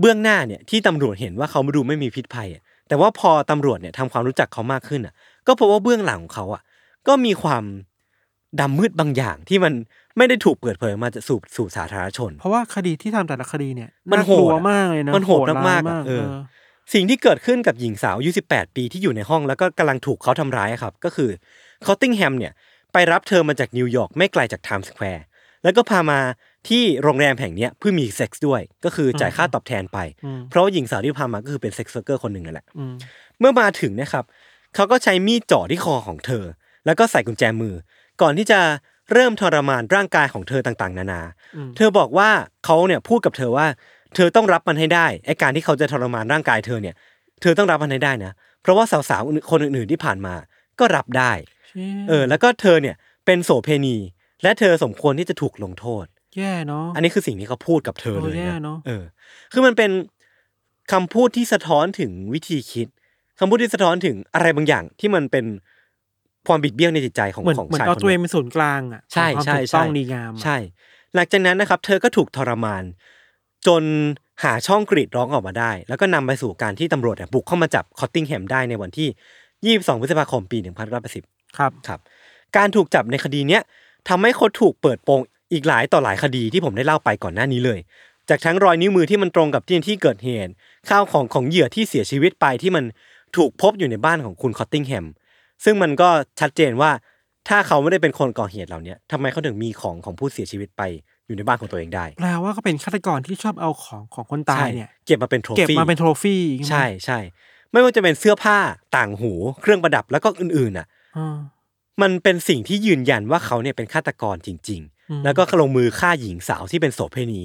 S4: เบื้องหน้าเนี่ยที่ตำรวจเห็นว่าเขาดูไม่มีพิษภัยอะแต่ว่าพอตำรวจเนี่ยทำความรู้จักเขามากขึ้นอ่ะ ก็พบว่าเบื้องหลังของเขาอ่ะ ก็มีความดำมืดบางอย่างที่มันไม่ได้ถูกเปิดเผยออกมาจะสู่สู่สาธารณชน
S3: เพราะว่าคดีที่ทำแต่ละคดีเนี่ย
S4: มัน
S3: ากลัว
S4: โหดอะ
S3: มากเลยนะ
S4: มันโหดมากๆ
S3: ร้ย
S4: อะเออ
S3: เออ
S4: สิ่งที่เกิดขึ้นกับหญิงสาวอายุ18 ปีที่อยู่ในห้องแล้วก็กำลังถูกเขาทำร้ายอะครับ ก็คือคอตติงแฮมเนี่ยไปรับเธอมาจากนิวยอร์กไม่ไกลจากไทม์สแควร์แล้วก็พามาที่โรงแรมแห่งเนี้ยเพื่อมีเซ็กซ์ด้วย ก็คือจ่ายค่าตอบแทนไป
S3: อืม
S4: เพราะว่าหญิงสาวที่พามาก็คือเป็นเซ็กซ์เวิร์กเกอร์คนหนึ่งนั่นแหละ
S3: อืม
S4: เมื่อมาถึงเนะครับเขาก็ใช้มีดเจ่อที่คอของเธอ แล้วก็ใส่กุญแจมือ ก่อนที่จะเริ่มทรมานร่างกายของเธอต่างๆ นานา เธอบอกว่าเขาเนี่ยพูดกับเธอว่า เธอต้องรับมันให้ได้ไอการที่เขาจะทรมานร่างกายเธอเนี่ย เธอต้องรับมันให้ได้นะ เพราะว่าสาวๆคนอื่นๆที่ผ่านมาก็รับได้ เออ แล้วก็เธอเนี่ยเป็นโสเพณี และเธอสมควรที่จะถูกลงโทษ
S3: แย่เนาะ
S4: อันนี้คือสิ่งที่เขาพูดกับเธอเลย
S3: โอ้แย่
S4: นะ
S3: เนอะ
S4: เออ คือมันเป็นคำพูดที่สะท้อนถึงวิธีคิดคำพูดที่สะท้อนถึงอะไรบางอย่างที่มันเป็นความบิดเบี้ยวในจิตใจของ
S3: เหมือน
S4: ของ
S3: เหมือน
S4: ชาย
S3: เอา
S4: คน
S3: ตัวเอง
S4: นี้
S3: เป็นศูนย์กลางอ่ะ
S4: ใช่
S3: ของความ
S4: ใช่
S3: ถูก
S4: ใช่
S3: ต้องดีงามอะ
S4: ใช่ หลังจากนั้นนะครับ เธอก็ถูกทรมาน จนหาช่องกรีดร้องออกมาได้ แล้วก็นำไปสู่การที่ตำรวจเนี่ยบุกเข้ามาจับคอตติงแฮมได้ในวันที่ 22 พฤษภาคมปี 1980
S3: ครับ
S4: ครับการถูกจับในคดีเนี้ยทำให้เขาถูกเปิดโปงอีกหลายต่อหลายคดีที่ผมได้เล่าไปก่อนหน้านี้เลย จากทั้งรอยนิ้วมือที่มันตรงกับที่ที่เกิดเหตุข้าวของของเหยื่อที่เสียชีวิตไปที่มันถูกพบอยู่ในบ้านของคุณคอตติงแฮมซึ่งมันก็ชัดเจนว่าถ้าเขาไม่ได้เป็นคนก่อเหตุเหล่าเนี้ยทำไมเขาถึงมีของของผู้เสียชีวิตไปอยู่ในบ้านของตัวเองได้
S3: แปลว่าก็เป็นฆาตกรที่ชอบเอาของของคนตายเนี่ย
S4: ใช่เก็บมาเป็นโทรฟี่
S3: เก็บมาเป็นโทรฟี่
S4: ใช่ใช่ ไม่ว่าจะเป็นเสื้อผ้าต่างหู เครื่องประดับแล้วก็อื่นๆอ่ะ
S3: อ่า
S4: มันเป็นสิ่งที่ยืนยันว่าเขาเนี่ยเป็นฆาตกรจริง
S3: อืม
S4: ๆ แล้วก็ลงมือฆ่าหญิงสาวที่เป็นโสเภณี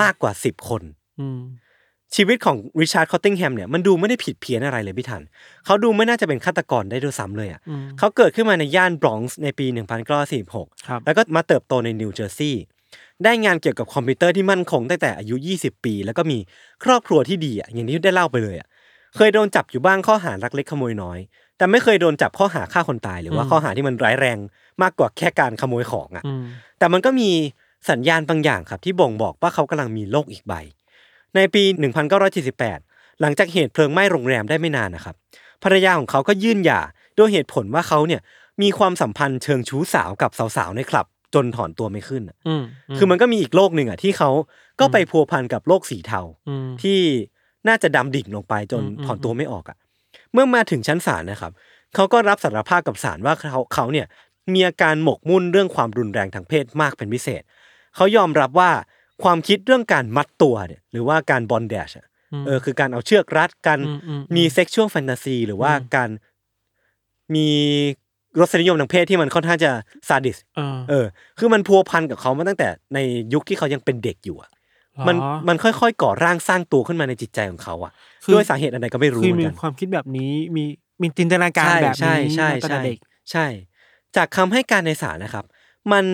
S4: มากกว่า 10 คน
S3: อืม
S4: ชีวิตของริชาร์ดคอตติงแฮมเนี่ยมันดูไม่ได้ผิดเพี้ยนอะไรเลยพี่ทัน เขาดูไม่น่าจะเป็นฆาตกรได้ด้วยซ้ำเลยอ่ะ
S3: อืม
S4: เขาเกิดขึ้นมาในย่านบรอนซ์ในปี 1946
S3: ครับ
S4: แล้วก็มาเติบโตในนิวเจอร์ซีย์ได้งานเกี่ยวกับคอมพิวเตอร์ที่มั่นคงตั้งแต่อายุ 20 ปี แล้วก็มีครอบครัวที่ดีอ่ะอย่างที่ได้เล่าไปเลยอ่ะเคยโดนจับอยู่บ้างข้อหารักเล็กขโมยน้อย แต่ไม่เคยโดนจับข้อหาฆ่าคนตาย หรือว่าข้อหาที่มันร้ายแรงมากกว่าแค่การขโมยของอ่ะ
S3: อืม
S4: แต่มันก็มีสัญญาณบางอย่างครับที่บ่งบอกว่าเขากำลังมีโรคอีกใบ ในปี 1978 หลังจากเหตุเพลิงไหม้โรงแรมได้ไม่นานนะครับ ภรรยาของเขาก็ยื่นหย่าด้วยเหตุผลว่าเขาเนี่ยมีความสัมพันธ์เชิงชู้สาวกับสาวๆในคลับ จนถอนตัวไม่ขึ้นอะ
S3: อืม
S4: คือมันก็มีอีกโลกหนึ่งอ่ะที่เขาก็ไปพัวพันกับโลกสีเทา
S3: อืม
S4: ที่น่าจะดำดิ่งลงไปจน
S3: อืมอืม
S4: ถอนตัวไม่ออกอ่ะ เมื่อมาถึงชั้นศาลนะครับ เขาก็รับสารภาพกับศาลว่าเขาเขาเนี่ยมีอาการหมกมุ่นเรื่องความรุนแรงทางเพศมากเป็นพิเศษ เขายอมรับว่าความคิดเรื่องการมัดตัวเนี่ยหรือว่าการบอนเดชเออคือการเอาเชือกรัดกัน
S3: อืมอืม
S4: มีเซ็กชวลแฟนตาซีหรือว่าการมีรสนิยมทางเพศที่มันค่อนข้างจะซาดิส
S3: เออ
S4: เออ คือมันพัวพันกับเขามาตั้งแต่ในยุคที่เขายังเป็นเด็กอยู่อะ
S3: เหรอ
S4: มันมันค่อยๆก่อร่างสร้างตัวขึ้นมาในจิตใจของเขาอะ
S3: คือ
S4: ด้วยสาเหตุอะไรก็ไม่รู้
S3: คือ
S4: เหมือ
S3: มี
S4: นกัน
S3: ความคิดแบบนี้มีมีจินตนาการแบบ
S4: ใช่
S3: นี้
S4: ใช่
S3: ตั้ง
S4: ใช่
S3: แต่เด็ก
S4: ใช่ จากคำให้การในศาลนะครับ มัน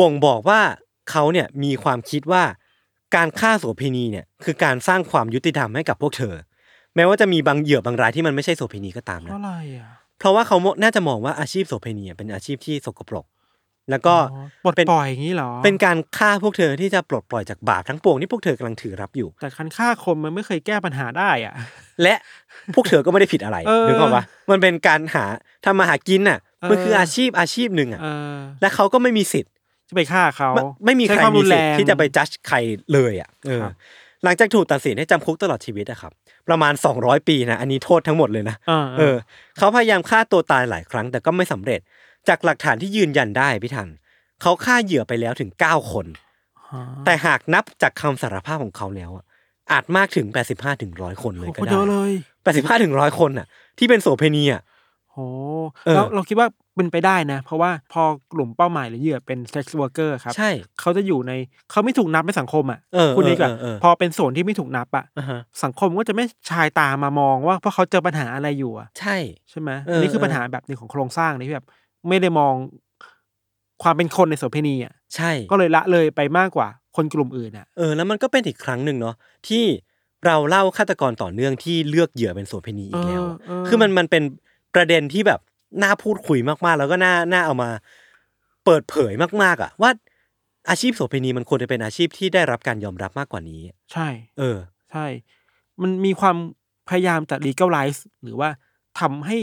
S4: บ่งบอกว่าเขาเนี่ยมีความคิดว่าการฆ่าโสเภณีเนี่ยคือการสร้างความยุติธรรมให้กับพวกเธอ แม้ว่าจะมีบางเหยื่อบางรายที่มันไม่ใช่โสเภณีก็ตาม
S3: เพ
S4: นะ
S3: ราะอะไรอ่ะ
S4: เพราะว่าเขาน่าจะมองว่าอาชีพโสเภณีเป็นอาชีพที่สกปรก แล้วก็
S3: อ๋อปลด
S4: เป็น
S3: ปล่อยอย่างนี้เหรอ
S4: เป็นการฆ่าพวกเธอที่จะปลดปล่อยจากบาปทั้งปวงที่พวกเธอกำลังถือรับอยู่
S3: แต่คันฆ่าคมมันไม่เคยแก้ปัญหาได้อ่ะ
S4: และพวกเธอก็ไม่ได้ผิดอะไร
S3: เออ
S4: นึกออกปะมันเป็นการหาทำมาหากินน่ะ
S3: เออ
S4: มันคืออาชีพอาชีพหนึ่งอ่ะ
S3: เออ
S4: และเขาก็ไม่มีสิทธิ์
S3: จะไปฆ่าเขา
S4: ไม่ไม่มีใคร
S3: ช้วา
S4: มี
S3: น
S4: สิ
S3: แร
S4: ทธิ์
S3: ง
S4: ที่จะไปจัดใครเลยอ่ะเออ
S3: ครับ
S4: หลังจากถูกตัดสินให้จำคุกตลอดชีวิตอะครับ ประมาณ 200 ปีนะ อันนี้โทษทั้งหมดเลยนะ
S3: เออ
S4: เอ
S3: เอ
S4: อ
S3: อ
S4: เขาพยายามฆ่าตัวตายหลายครั้งแต่ก็ไม่สำเร็จ จากหลักฐานที่ยืนยันได้พี่ทันเขาฆ่าเหยื่อไปแล้วถึง 9 คน
S3: ฮะ
S4: แต่หากนับจากคำสารภาพของเขาแล้วอะอาจมากถึง 85ถึง100 คนเลย
S3: โอ้
S4: ก็
S3: โห
S4: ได้
S3: เยอะเลย
S4: แปดสิบห้าถึงร้อยคนน่ะ ที่เป็นโสเภณีอ่ะ
S3: โห
S4: เออ
S3: เราเราคิดว่าเป็นไปได้นะ เพราะว่าพอกลุ่มเป้าหมายหรือเหยื่อเป็นเซ็กซ์วอร์เกอร์ครับ
S4: ใช่
S3: เขาจะอยู่ในเขาไม่ถูกนับในสังคมอ่ะ
S4: เออ
S3: คุณนี่ก็
S4: เออเออเออ
S3: พอเป็นส่วนที่ไม่ถูกนับอ่ะ
S4: อ่าฮะ
S3: สังคมก็จะไม่ชายตามามองว่าเพราะเขาเจอปัญหาอะไรอยู่อ่ะ
S4: ใช่
S3: ใช่ไหม
S4: เอออั
S3: นนี้คือ
S4: เออ
S3: ปัญหาแบบหนึ่งของโครงสร้างนี่ที่แบบ ไม่ได้มองความเป็นคนในโสเภณีอ่ะ
S4: ใช่
S3: ก็เลยละเลยไปมากกว่าคนกลุ่มอื่นอ่ะ
S4: เออ แล้วมันก็เป็นอีกครั้งหนึ่งเนาะที่เราเล่าฆาตกรต่อเนื่องที่เลือกเหยื่อเป็นโสเภณีอีกแล้วอะ
S3: เออเออ
S4: คือมันมันเป็นประเด็นที่แบบน่าพูดคุยมากๆ แล้วก็น่าน่าเอามาเปิดเผยมากๆอ่ะว่าอาชีพโสเภณีมันควรจะเป็นอาชีพที่ได้รับการยอมรับมากกว่านี้
S3: ใช่
S4: เออ
S3: ใช่ มันมีความพยายามจะ legalize หรือว่าทำให้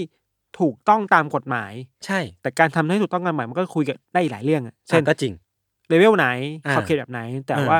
S3: ถูกต้องตามกฎหมาย
S4: ใช่
S3: แต่การทำให้ถูกต้องตามกฎหมายมันก็คุยกันได้อีกหลายเรื่องอะ
S4: เช่
S3: เช่
S4: น
S3: น
S4: ก็จริง
S3: เลเวลไหน
S4: อ่า
S3: ขอบเขตแบบไหน แต่
S4: อ่า
S3: ว่า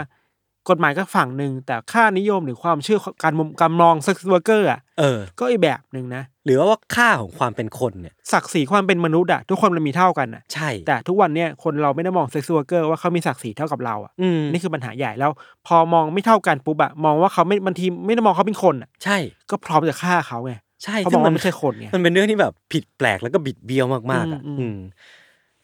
S3: กฎหมายก็ฝั่งหนึ่งแต่ค่านิยมหรือความเชื่อการมุมการมองเซ็กซ์วอร์เกอร์อ่ะ
S4: เออ
S3: ก็อีกแบบหนึ่งนะ
S4: หรือว่าค่าของความเป็นคนเนี่ย
S3: ศักดิ์ศรีความเป็นมนุษย์อะทุกคนมันมีเท่ากันอะ
S4: ใช่
S3: แต่ทุกวันเนี่ยคนเราไม่ได้มองเซ็กซ์วอร์เกอร์ว่าเขามีศักดิ์ศรีเท่ากับเราอะ
S4: อืม
S3: นี่คือปัญหาใหญ่แล้ว พอมองไม่เท่ากันปุ๊บอะมองว่าเขาไม่บางทีไม่ได้มองเขาเป็นคนอะ
S4: ใช่
S3: ก็พร้อมจะฆ่าเขาไง
S4: ใช่
S3: เขา
S4: ซึ่
S3: บอก
S4: ง
S3: ว่าไม่ใช่คนไง
S4: มันเป็นเรื่องที่แบบผิดแปลกแล้วก็บิดเบี้ยวมากๆอ่ะ
S3: อืมอืม
S4: อืม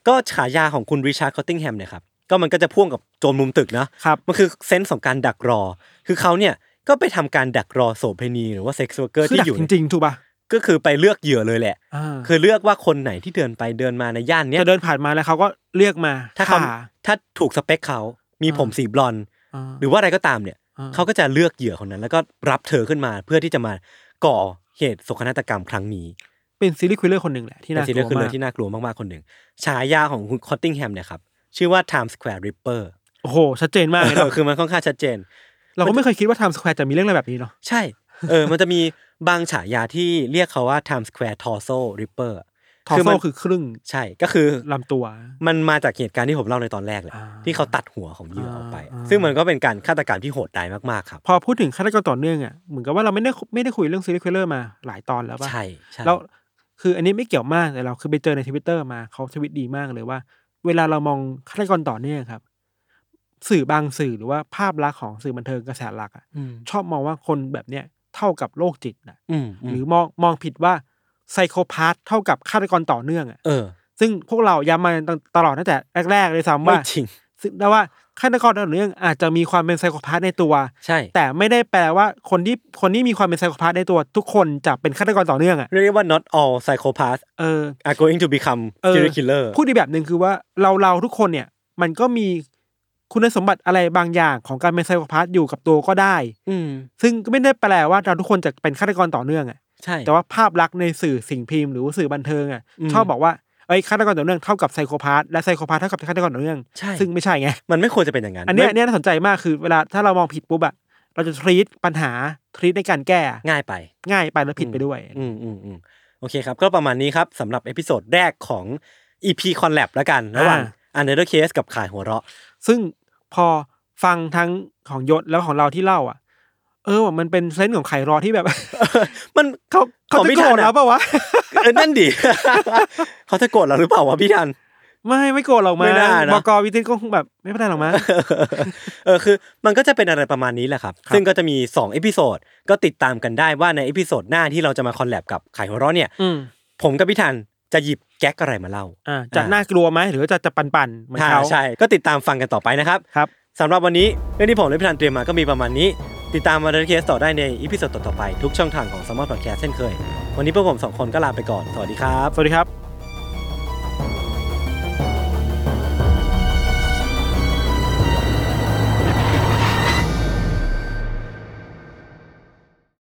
S4: ก็ฉายาของคุณริชาร์ดคอตติงแฮมเนี่ยครับก็มันก็จะพ่วงกับโจรมุมตึกนะ
S3: ครับ
S4: มันคือเซนส์ของการดักรอ คือเขาเนี่ยก็ไปทำการดักรอโสเภณีหรือว่าเซ็กซ์วอร์เกอร์
S3: คือ
S4: ที่
S3: ดัก
S4: อยู่
S3: จริงๆถูกป่ะ
S4: ก็คือไปเลือกเหยื่อเลยแหละ คือเลือกว่าคนไหนที่เดินไปเดินมาในย่านเนี้ย
S3: จะเดินผ่านมาแล้วเขาก็เรียกมา
S4: ถ้าเขา
S3: ฆ่
S4: ถ้าถูกสเปคเขา มีผมสีบลอนด์
S3: อ่า
S4: หรือว่าอะไรก็ตามเนี่ย
S3: อ่
S4: เขาก็จะเลือกเหยื่อคนนั้น แล้วก็รับเธอขึ้นมาเพื่อที่จะมาก่อเหตุโศกนาฏกรรมครั้งนี้
S3: เป็นซีรีส์คิลเลอร์คนหนึ่งแหละที่
S4: เป็น
S3: น่าก
S4: ซี
S3: ลั
S4: เรียวคือเล
S3: มาย ก
S4: ที่น่ากลัวมากๆคนหนึ่งฉายาของคุณคอตติงแฮมเนี่ยครับชื่อว่า Times Square Ripper
S3: โอ้โหชัดเจนมากเลยเนอะ
S4: คือมันค่อนข้างชัดเจน
S3: เราก็ไม่เคยคิดว่าไทม์สแควร์จะมีเรื่องอะไรแบบนี้เนาะ
S4: ใช่ เออ มันจะมีบางฉายาที่เรียกเขาว่า Times Square Torso Ripper
S3: ทอ
S4: คือ
S3: โซ
S4: มัน
S3: คือครึ่ง
S4: ใช่ ก็คือ
S3: ลำตัว
S4: มันมาจากเหตุการณ์ที่ผมเล่าในตอนแรกแหละ
S3: อ่า
S4: ที่เขาตัดหัวของเหยื่อออกไป
S3: อ่า
S4: ซึ่งมันก็เป็นการฆาตกรรมที่โหดร้ายมากๆครับ
S3: พอพูดถึงฆาตกรต่อเนื่องอ่ะเหมือนกับว่าเราไม่ได้ไม่ได้คุยเรื่องซีรีส์คิลเลอร์มาหลายตอนแล้วป่ะ
S4: ใช่ใช่
S3: แล้วคืออันนี้ไม่เกี่ยวมากแต่เราคือไปเจอในทวิตเตอร์มาเขาทวิตดีมากเลยว่า เวลาเรามองฆาตกรต่อเนื่องครับ สื่อบางสื่อหรือว่าภาพลักษณ์ของสื่อบันเทิงกระแสหลักอ่ะ
S4: อืม
S3: ชอบมองว่าคนแบบเนี้ยเท่ากับโรคจิตนะ
S4: อืม
S3: หรือมองมองผิดว่าไซโคพาธเท่ากับฆาตกรต่อเนื่องอ่ะ
S4: เออ
S3: ซึ่งพวกเราย้ำมาตลอดตั้งแต่แรกๆเลยซ้ำ
S4: ไม่
S3: ว่า
S4: จริง
S3: ซึ่งได้ว่าฆาตกรต่อเนื่องอาจจะมีความเป็นไซโคพาธในตัว
S4: ใช่
S3: แต่ไม่ได้แปลว่าคนที่คนที่มีความเป็นไซโคพาธในตัวทุกคนจะเป็นฆาตกรต่อเนื่องอ่ะ
S4: เรียกว่า not all psychopaths
S3: เออ
S4: are going to become
S3: เออ
S4: serial killer
S3: พูดอีกแบบหนึ่งคือว่าเราเราทุกคนเนี่ย มันก็มีคุณสมบัติอะไรบางอย่างของการเป็นไซโคพาธอยู่กับตัวก็ได้
S4: อืม
S3: ซึ่งก็ไม่ได้แปลว่าเราทุกคนจะเป็นฆาตกรต่อเนื่องอ่ะ
S4: ใช่
S3: แต่ว่าภาพลักษณ์ในสื่อสิ่งพิมพ์หรือว่าสื่อบันเทิงอ่ะ
S4: อืม
S3: ชอบบอกว่าเอ้ยฆาตกรต่อเนื่องเท่ากับไซโคพาธและไซโคพาธเท่ากับฆาตกรต่อเนื่อง
S4: ใช่
S3: ซึ่งไม่ใช่ไง
S4: มันไม่ควรจะเป็นอย่างนั้น
S3: อันเนี้
S4: ไม่
S3: ยอันเนี้ยน่าสนใจมากคือเวลาถ้าเรามองผิดปุ๊บอะเราจะทรีตปัญหาทรีตในการแก้อะ
S4: ง่ายไป
S3: ง่ายไปแล้วผิดไปด้วย
S4: อืมอืมอืมโอเคครับ ก็ประมาณนี้ครับสำหรับเอพิโซดแรกของ EP Collab แล้วกัน ระหว่าง
S3: อ่
S4: Another Case กับขายหัวเราะ
S3: ซึ่งพอฟังทั้งของยศแล้วของเราที่เล่าอ่ะ เออว่ะมันเป็นเซนส์ของไขรอที่แบบ <laughs>
S4: มัน
S3: เขาเขา
S4: ของ
S3: จะ
S4: พี่
S3: โกร
S4: ทั
S3: ธ
S4: น
S3: แล้ว
S4: อะ
S3: ปะวะ <laughs>
S4: เออนั่นดิ <laughs> เขาจะโกรธเราหรือเปล่าวะพี่ทัน
S3: ไม่ไม่โกรธหรอกมั้
S4: ไม่
S3: ง
S4: น่านะ
S3: บกวิทิตก็คงแบบไม่เป็นไรหรอกมั้ง
S4: เออคือมันก็จะเป็นอะไรประมาณนี้แหละครับ
S3: ครับ
S4: ซึ่งก็จะมี2เอพิโซดก็ติดตามกันได้ว่าในเอพิโซดหน้าที่เราจะมาคอลแลบกับขายหัวเราะเนี่ย
S3: อืม
S4: ผมกับพี่ทันจะหยิบแก๊กอะไรมาเล่า
S3: อ่าจะน่ากลัวไหมหรือว่าจะจะปันปันๆเหมือนเขา
S4: ใช่ก็ติดตามฟังกันต่อไปนะครับ
S3: ครับ
S4: สำหรับวันนี้เรื่องที่ผมและพี่ธันเตรียมมาก็มีประมาณนี้ ติดตามมาเดนเคสต่อได้ในอีพิโซดต่อๆไป ทุกช่องทางของ s มอ r พอดแคสต์เช่นเคย วันนี้พวกผมสองคนก็ลาไปก่อน สวัสดีครับ
S3: สวัสดีครับ